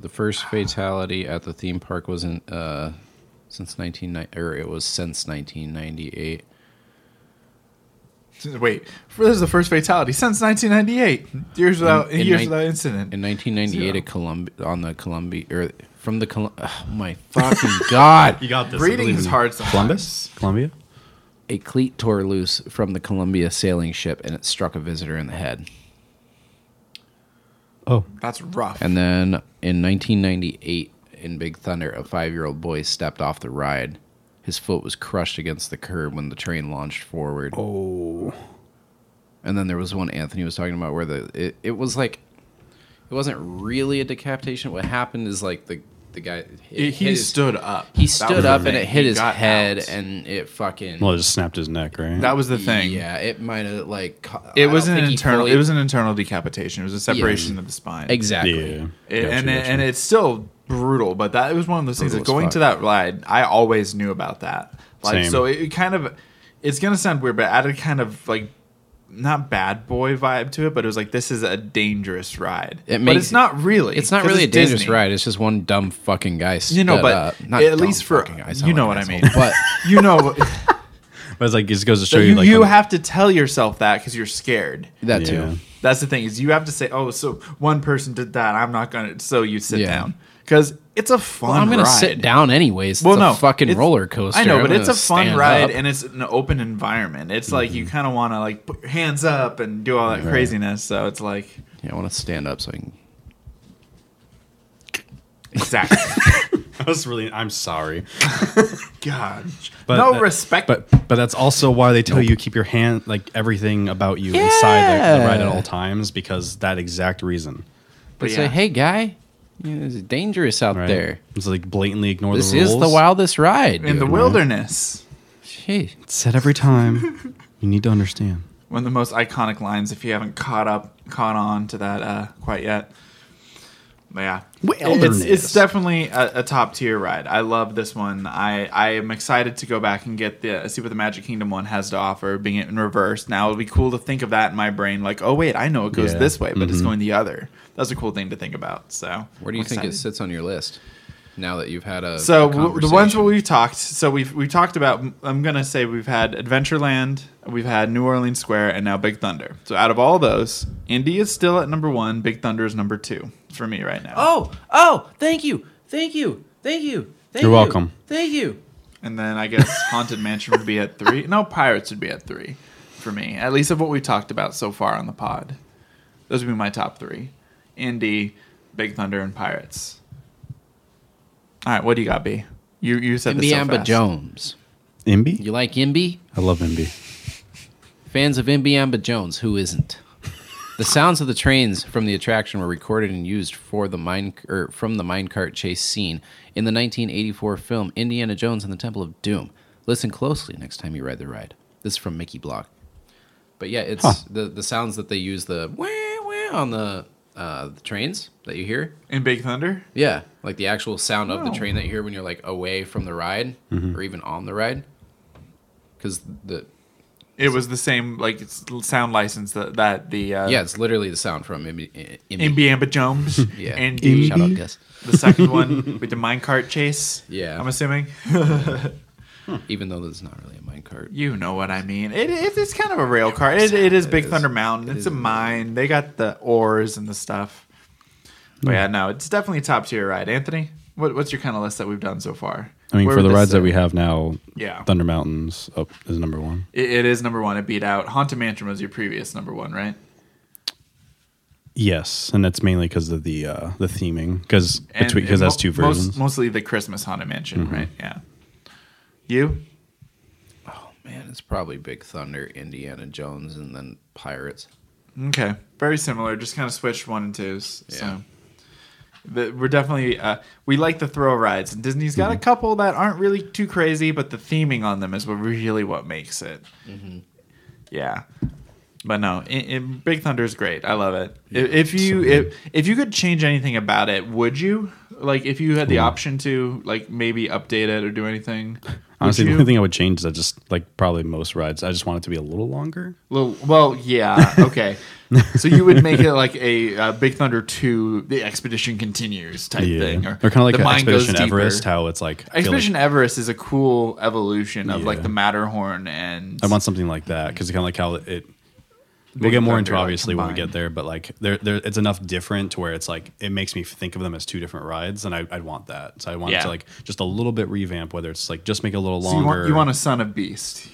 The first fatality at the theme park was in uh, since 1990, or it was since 1998.
Wait, for- this is the first fatality since 1998. Years without
in
years
nine-
without incident.
In 1998,
Zero.
a Columbia on the Columbia or from the Colum- oh my fucking god,
You got this.
Reading is hard. Sometimes.
Columbus, Columbia.
a cleat tore loose from the Columbia sailing ship and it struck a visitor in the head.
Oh,
That's rough.
And then in 1998, in Big Thunder, a five-year-old boy stepped off the ride. His foot was crushed against the curb when the train launched forward.
oh,
And then there was one Anthony was talking about where the it, it was like it wasn't really a decapitation. What happened is like the the guy
He-
it
he
hit his-
stood up. That
He
was
stood
the
up and
thing.
it hit
He
his
got
head
out.
and it fucking
well, it just snapped his neck, right?
that was the thing.
Yeah, it might have like ca- I
It
don't
was an
think he
internal.
fully-
It was an internal decapitation. It was a separation of the spine.
exactly.
yeah.
It-
Gotcha,
and it,
gotcha.
and it's still brutal, but that was one of those things. That
Brutal as
going
fuck.
to that ride, I always knew about that. Like
Same.
so, it, it kind of it's gonna sound weird, but it added kind of like not bad boy vibe to it. But it was like this is a dangerous ride.
It
but
makes-
it's not really.
It's not
'cause
really a dangerous
Disney.
ride. It's just one dumb fucking guy.
You know,
stood
but
up.
at
dumb
least for
fucking guy, I sound
you know
like
what I
an
mean.
asshole, But
you know,
But it's like it just goes to show
you,
you, like
you
when-
have to tell yourself that because you're scared.
that
Yeah.
too.
That's the thing is you have to say, oh, so one person did that. I'm not gonna. So you sit
Yeah.
down because it's a fun.
I'm gonna
ride.
sit down anyways.
Well,
it's
no,
a fucking
it's-
roller coaster.
I know, but
I'm
it's a
gonna
fun
stand
ride
up. Mm-hmm.
and it's an open environment. It's like you kind of want to like put your hands up and do all that
Right.
craziness. So it's like
Yeah, I want to stand up so I can
exactly.
I was really. I'm sorry.
God.
But
no
that-
respect.
But but that's also why they tell you keep your hand like everything about you inside the, the ride at all times because that exact reason.
But
yeah.
say, hey, guy, you know, it's dangerous out
Right?
there.
It's like blatantly ignore
This
the rules.
is the wildest ride.
in the
dude."
wilderness.
Jeez.
It's said every time. you need to understand.
One of the most iconic lines, if you haven't caught up, caught on to that uh, quite yet. But yeah, it's,
Wilderness.
it's definitely a, a top tier ride. I love this one. I, I am excited to go back and get the uh, see what the Magic Kingdom one has to offer, being it in reverse. Now it'll be cool to think of that in my brain, like, oh wait, I know it goes
Yeah. Mm-hmm.
this way, but it's going the other. That's a cool thing to think about. So
Where do you
I'm
think
excited.
it sits on your list now that you've had a
So
a
w- the ones
conversation?
where we've talked, so we've we talked about. I'm gonna say we've had Adventureland, we've had New Orleans Square, and now Big Thunder. So out of all those, Indy is still at number one. Big Thunder is number two for me right now.
Oh, oh, thank you, thank you, thank you, thank
You're
you,
welcome.
Thank you.
and then I guess Haunted Mansion would be at three. No, Pirates would be at three for me, at least of what we've talked about so far on the pod. Those would be my top three: Indy, Big Thunder, and Pirates. All right, what do you got, B? You you said
Imby
this so
Amba
fast.
Jones.
Imbi?
You like Imby?
I love Imbi.
Fans of Imby Amba Jones, who isn't? The sounds of the trains from the attraction were recorded and used for the mine or from the minecart chase scene in the 1984 film Indiana Jones and the Temple of Doom. Listen closely next time you ride the ride. This is from Mickey Block. But yeah, it's the the sounds that they use the wah, wah on the uh, the trains that you hear
in Big Thunder.
Yeah, like the actual sound of the
Oh.
train that you hear when you're like away from the ride or even on the ride. Because the
It was the same like s- sound license that, that the uh,
yeah, it's literally the sound from Imbi. Imbi-
Imbiamba Jones
yeah,
and
Imbi-
the, uh,
shout out, Gus.
the second one with the minecart chase.
Yeah.
I'm assuming
Even though there's not really a minecart.
you know what I mean. It, it it's kind of a rail car. It, it is Big Thunder Mountain. it's a mine. They got the ores and the stuff. But yeah, no, it's definitely a top tier ride. Anthony, what, what's your kind of list that we've done so far?
I mean,
Where
for
would
the
this
rides
sit?
that we have now,
Yeah.
Thunder Mountains up is number one.
It- it is number one. It beat out Haunted Mansion was your previous number one, right?
Yes, and that's mainly because of the uh, the theming because
And-
between because
and
that's
mo-
two
most-
versions. Mm-hmm.
mostly the Christmas Haunted Mansion, right? Yeah. You?
Man, it's probably Big Thunder, Indiana Jones, and then Pirates.
Okay, very similar. Just kind of switched one and twos.
Yeah.
So the, we're definitely uh, we like the thrill rides, and Disney's got
Mm-hmm.
a couple that aren't really too crazy, but the theming on them is what really what makes it.
Mm-hmm.
Yeah. But no, i i Big Thunder is great. I love it. I- If, you if, if you could change anything about it, would you? Like, if you had the option to, like, maybe update it or do anything? would
Honestly, the
you?
only thing I would change is I just like probably most rides. I just want it to be a little longer.
Little, well, yeah, okay. so you would make it like a uh, Big Thunder Two: The Expedition Continues type thing,
or, kind of like
the
an
mine goes
Expedition
deeper.
Everest, how it's like I feel like
Expedition Everest is a cool evolution of like
Yeah.
the Matterhorn and
I want something like that because kind of like how it. We'll get more into obviously when we
combined.
get there, but like there, there, it's enough different to where it's like it makes me think of them as two different rides, and I, I'd want that. So I want it
Yeah.
to like just a little bit revamp, whether it's like just make it a little
So
longer.
you want you want a Son of Beast,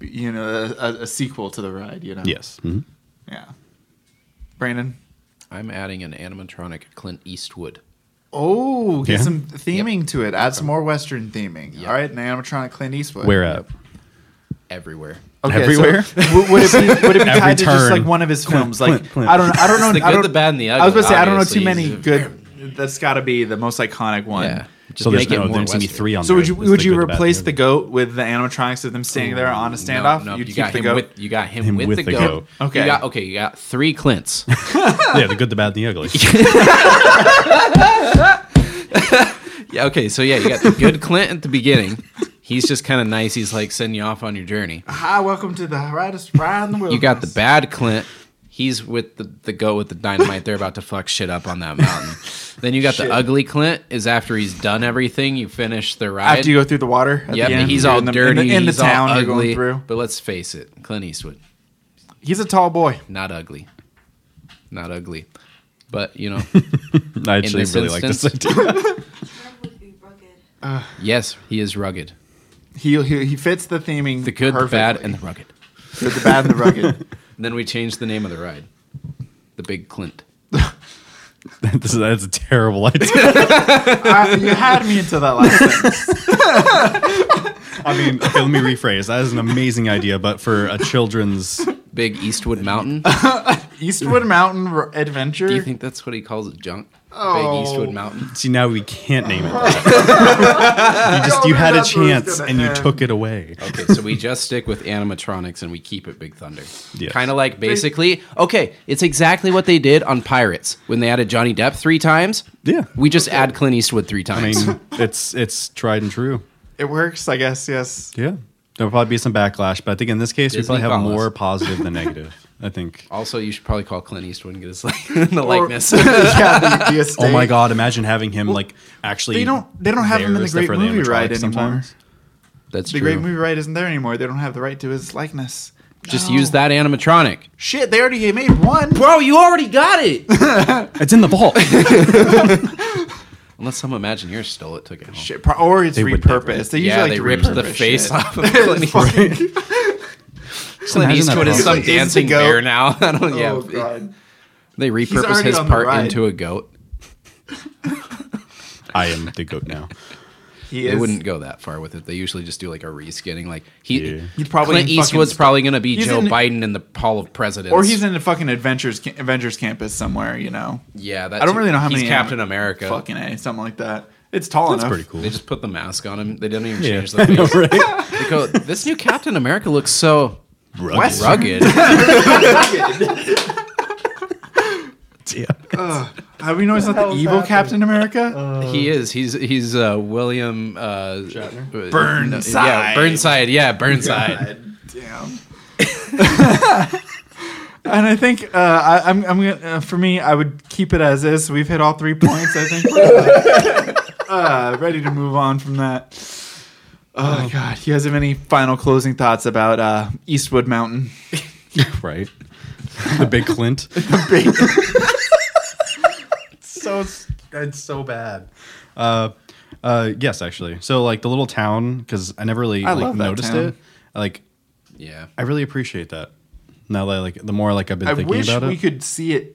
you know, a, a sequel to the ride, you know.
yes, Mhm.
Yeah. Brandon.
I'm adding an animatronic Clint Eastwood.
Oh, get
Yeah?
some theming to it. Add some more Western theming. All right, an animatronic Clint Eastwood.
where at
Everywhere.
Everywhere?
so w- would it be, would it be
Every
tied to just
turn.
like one of his films?
Clint,
like
Clint.
I don't, I don't know.
the
I
good,
don't,
the bad, and the
I was about to say I don't know
ugly,
too many
obviously.
good. That's got to be the most iconic one.
Yeah. Just
so there's
make it
no
more
there's gonna be
Western.
three on.
So would
there.
you
It's
would
the
you
good, bad, and
replaced the
ugly.
goat with the animatronics of them standing there on a standoff?
No, no,
You'd
you
keep
got
the
him
goat.
with you got him, with, the, goat.
Okay.
You got okay, you got three Clints.
yeah, the good, the bad, and the ugly.
Yeah, okay, so yeah, you got the good Clint at the beginning. He's just kind of nice. He's like sending you off on your journey.
Hi, welcome to the brightest ride in the world.
You got the bad Clint. He's with the, the goat with the dynamite. They're about to fuck shit up on that mountain. then you got the ugly Clint is after he's done everything. You finish the ride.
after you go through the water. At
yep,
the end,
he's
you're
all
in the,
dirty.
in the, in the
he's
town
all
you're going
ugly.
through.
But let's face it, Clint Eastwood,
He's a tall boy.
not ugly, not ugly. But you know,
I actually
this
really like this idea.
would be rugged.
yes, he is rugged.
He he, he fits the theming.
The good, the bad, and the rugged.
the, the bad and the rugged.
And then we changed the name of the ride, the Big Clint.
this is that's a terrible idea.
I, you had me into that last sentence.
I mean, okay, let me rephrase. That is an amazing idea, but for a children's
Big Eastwood Mountain.
Eastwood Mountain R- Adventure.
Do you think that's what he calls it? Junk.
Oh.
Big Eastwood Mountain.
see now we can't name it. that. you just you had a
That's where it's
chance
gonna
and you
end.
took it away.
Okay, so we just stick with animatronics and we keep it Big Thunder.
Yes.
Kind of like basically, okay, it's exactly what they did on Pirates when they added Johnny Depp three times.
Yeah.
We just add Clint Eastwood three
I
times.
mean, it's it's tried and true.
it works, I guess. Yes.
Yeah. There'll probably be some backlash, but I think in this case, we
Disney
probably have
follows.
more positive than negative. I think.
also, you should probably call Clint Eastwood and get his like, the likeness.
yeah, the, the
Oh my
estate.
God! Imagine having him like actually.
They don't. They don't have him in
there,
the
except
Great
for
Movie Ride
animatronics
anymore.
sometimes.
That's
The
true.
Great Movie Ride isn't there anymore. They don't have the right to his likeness.
Just
No.
use that animatronic.
Shit, they already made one.
Bro, you already got it.
It's in the vault.
Unless some Imagineer stole it, took it home.
Shit, pro- or it's
They would never-
repurposed. They usually
Yeah,
like
they
to
ripped the
repurpose
face
shit.
off of Clint
It's like-
Eastwood. Clint
Imagine that
Eastwood is
process.
some
He's a
dancing
goat.
bear now. I don't. yeah,
Oh, God.
they repurpose
already
his
on the
part
ride.
into a goat.
I am the goat now.
He
They
is-
wouldn't go that far with it. They usually just do like a reskinning. Like he,
Yeah.
He'd probably
Clint
in fucking
Eastwood's
st-
probably going to be
He's
Joe
in-
Biden in the Hall of Presidents,
Or he's in a fucking Adventures ca- Avengers campus somewhere. You know.
yeah. That's
I don't really know how
he's
many
Captain
anim-
America.
Fucking a, something like that. It's tall
That's
enough.
pretty cool.
They just put the mask on him. They don't even
Yeah.
change the
I know,
face.
right?
They go, this new Captain America looks so
West-
rugged.
Uh,
Damn.
How do we know he's not the evil Captain America?
he is. He's he's uh, William uh, uh,
Burnside.
Yeah, Burnside. Yeah, Burnside.
Damn. and I think uh, I, I'm, I'm gonna, uh, for me, I would keep it as is. We've hit all three points. I think. uh, ready to move on from that. Oh, God, you guys have any final closing thoughts about uh, Eastwood Mountain?
Right. the big Clint. so it's so bad. Uh, uh, yes, actually. So like the little town because I never really
I
like
love that
noticed
town.
it. Like
Yeah.
I really appreciate that. Now that like the more like I've been
I
thinking
wish
about
we
it.
could see it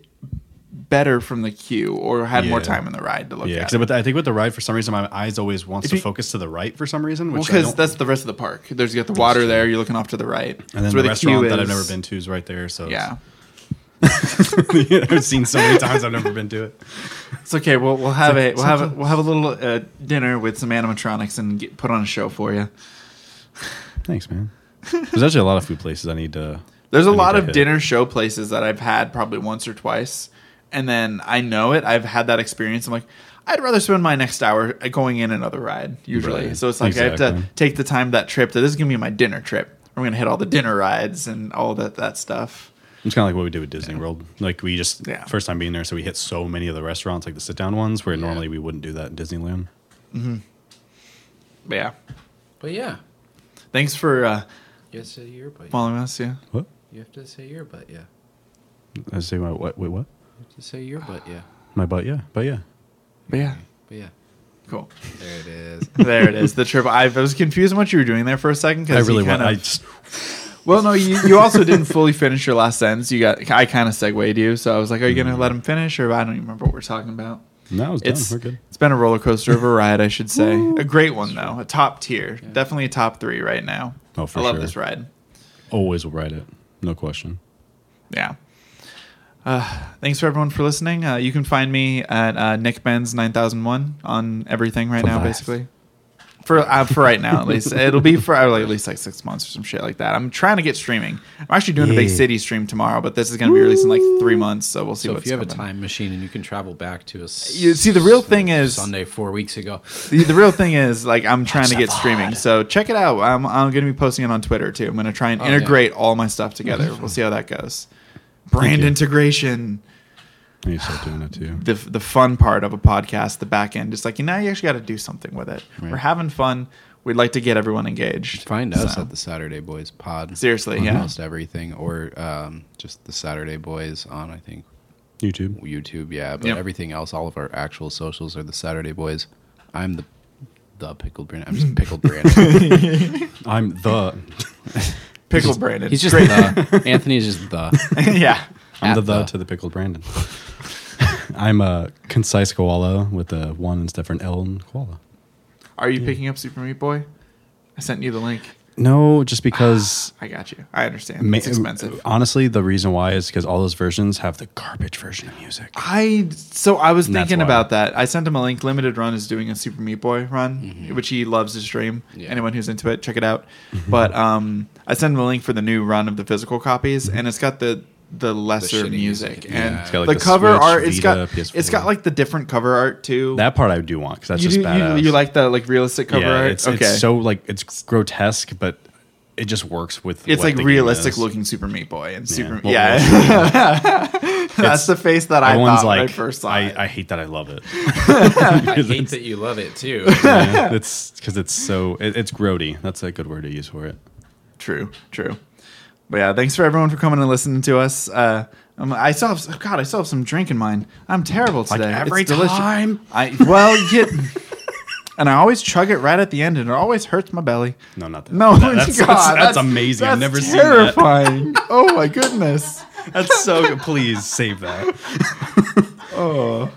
better from the queue or had more
Yeah.
time in the ride to look
yeah,
at.
because I think with the ride, for some reason, my eyes always wants
If
to
you-
focus to the right for some reason, which I
because
don't-
that's the rest of the park. There's you got the water there. You're looking off to the right.
and then
That's
the,
where queue
restaurant that
is.
I've never been to is right there. So
Yeah,
it's- I've seen so many times I've never been to it.
it's okay. We'll we'll have a we'll have a, we'll have a little uh, dinner with some animatronics and get, put on a show for you.
Thanks, man. There's actually a lot of food places I need to.
There's a
I need
lot
to
of
hit.
dinner show places that I've had probably once or twice, and then I know it. I've had that experience. I'm like, I'd rather spend my next hour going in another ride usually.
Right.
So it's like I have to
Exactly.
take the time that trip. That this is gonna be my dinner trip. We're gonna hit all the dinner rides and all that that stuff.
It's kind of like what we did with Disney World. Like we just
Yeah.
first time being there, so we hit so many of the restaurants, like the sit down ones, where normally we wouldn't do that in Disneyland.
But yeah,
But yeah,
thanks for uh,
you have to say your but
following us. Yeah.
What?
you have to say your but yeah. You
I say my what? Wait, what?
have to say your but yeah.
My butt? Yeah, but yeah.
But yeah,
But yeah,
cool.
there it is.
There it is. The trip. I, I was confused on what you were doing there for a second
I
because
really
kind
want.
of.
I just
Well, no, you, you also didn't fully finish your last sentence. You got I kind of segued you, so I was like, "Are you going to let him finish?" Or I don't even remember what we're talking about.
no, it's,
It's
done. We're good.
it's been a roller coaster of a ride, I should say. a great one though, a top tier, definitely a top three right now.
Oh, for
I love
sure.
this ride.
Always will write it. No question.
Yeah. Uh, thanks for everyone for listening. Uh, you can find me at uh, Nick Benz nine thousand one on everything right
For
now,
life.
basically. For uh, for right now, at least it'll be for uh, like, at least like six months or some shit like that. I'm trying to get streaming. I'm actually doing a big
Yeah.
city stream tomorrow, but this is going to be released in like three months, so we'll see.
so
what's
if you have a
coming.
time machine and you can travel back to a s-
You- see, the real thing is-
Sunday four weeks ago.
the, the real thing is like I'm trying to get streaming, so check it out. I'm I'm going to be posting it on Twitter too. I'm going to try and
Oh, yeah.
integrate all my stuff together. We'll see how that goes. Brand
you.
integration.
I need to start doing it too.
the the fun part of a podcast, the back end. It's like you know you actually got to do something with it.
Right.
We're having fun. We'd like to get everyone engaged.
Find us
So,
at the Saturday Boys pod.
Seriously,
on
yeah.
almost everything, or um, just the Saturday Boys on I think
YouTube.
YouTube. Yeah, but
Yep.
everything else, all of our actual socials are the Saturday Boys. I'm the the pickled brand. I'm just pickled brand.
I'm the.
pickle Brandon.
He's just
Great.
the. Anthony is just the.
yeah.
I'm
At
the the
the.
to the pickled Brandon. I'm a concise koala with a one instead of an L in koala.
Are you picking up Super Meat Boy? I sent you the link.
No, just because
I got you. I understand.
ma-
Ah, it's expensive.
Honestly, the reason why is because all those versions have the garbage version of music.
I so I was
And that's
thinking
why.
about that. I sent him a link. Limited Run is doing a Super Meat Boy run,
Mm-hmm.
which he loves to stream.
Yeah.
Anyone who's into it, check it out. but um, I sent him a link for the new run of the physical copies, and it's got the the lesser
shitty
music
music,
and
yeah. It's
got,
the,
like, the
cover
Switch,
art. It's
Vita,
got
PS4.
it's got like the different cover art too.
That part I do want because that's
you,
just
do, you
badass.
you like the like realistic cover
yeah,
art?
it's, it's so like it's grotesque, but it just works with.
It's
what
like
the game
realistic
is.
looking Super Meat Boy and Super
Well,
yeah. That's the face that I
Everyone's
thought when I
like,
first saw it.
I, I hate that I love it.
I hate that you love it too.
Yeah, it's because it's so it, it's grody. That's a good word to use for it.
True, true. But yeah, thanks for everyone for coming and listening to us. Uh, um, I still have, oh God, I still have some drink in mine. I'm terrible today.
every time.
I well, get, and I always chug it right at the end, and it always hurts my belly.
No, not that.
No,
That- that's,
God,
that's, that's amazing. I've
that's
never
terrifying. oh my goodness.
seen that. That's so. good. Please save that.
Oh,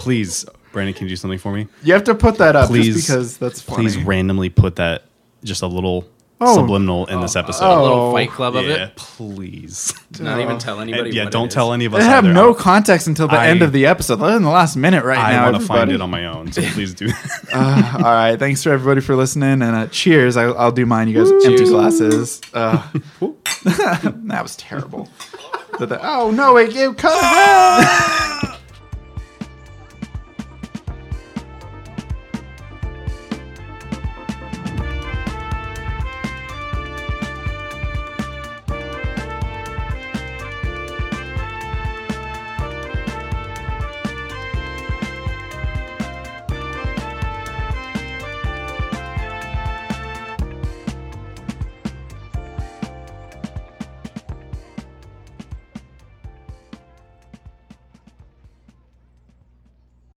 Please, Brandon, can you do something for me?
you have to put that up
Please,
just because that's funny.
please randomly put that just a little
Oh.
subliminal in this episode.
oh.
A little fight club of
yeah,
it.
please.
Not even tell anybody.
yeah,
what it
don't
is.
tell any of us.
Oh, They have
either.
no context until the
I-
end of the episode. They're in the last minute right
I,
now.
I want to find
everybody.
it on my own, so please do. that.
Uh, all right. Thanks for everybody for listening. And uh, cheers. I, I'll do mine. You guys empty glasses. Uh, that was terrible. But the- oh, no. It, it cut.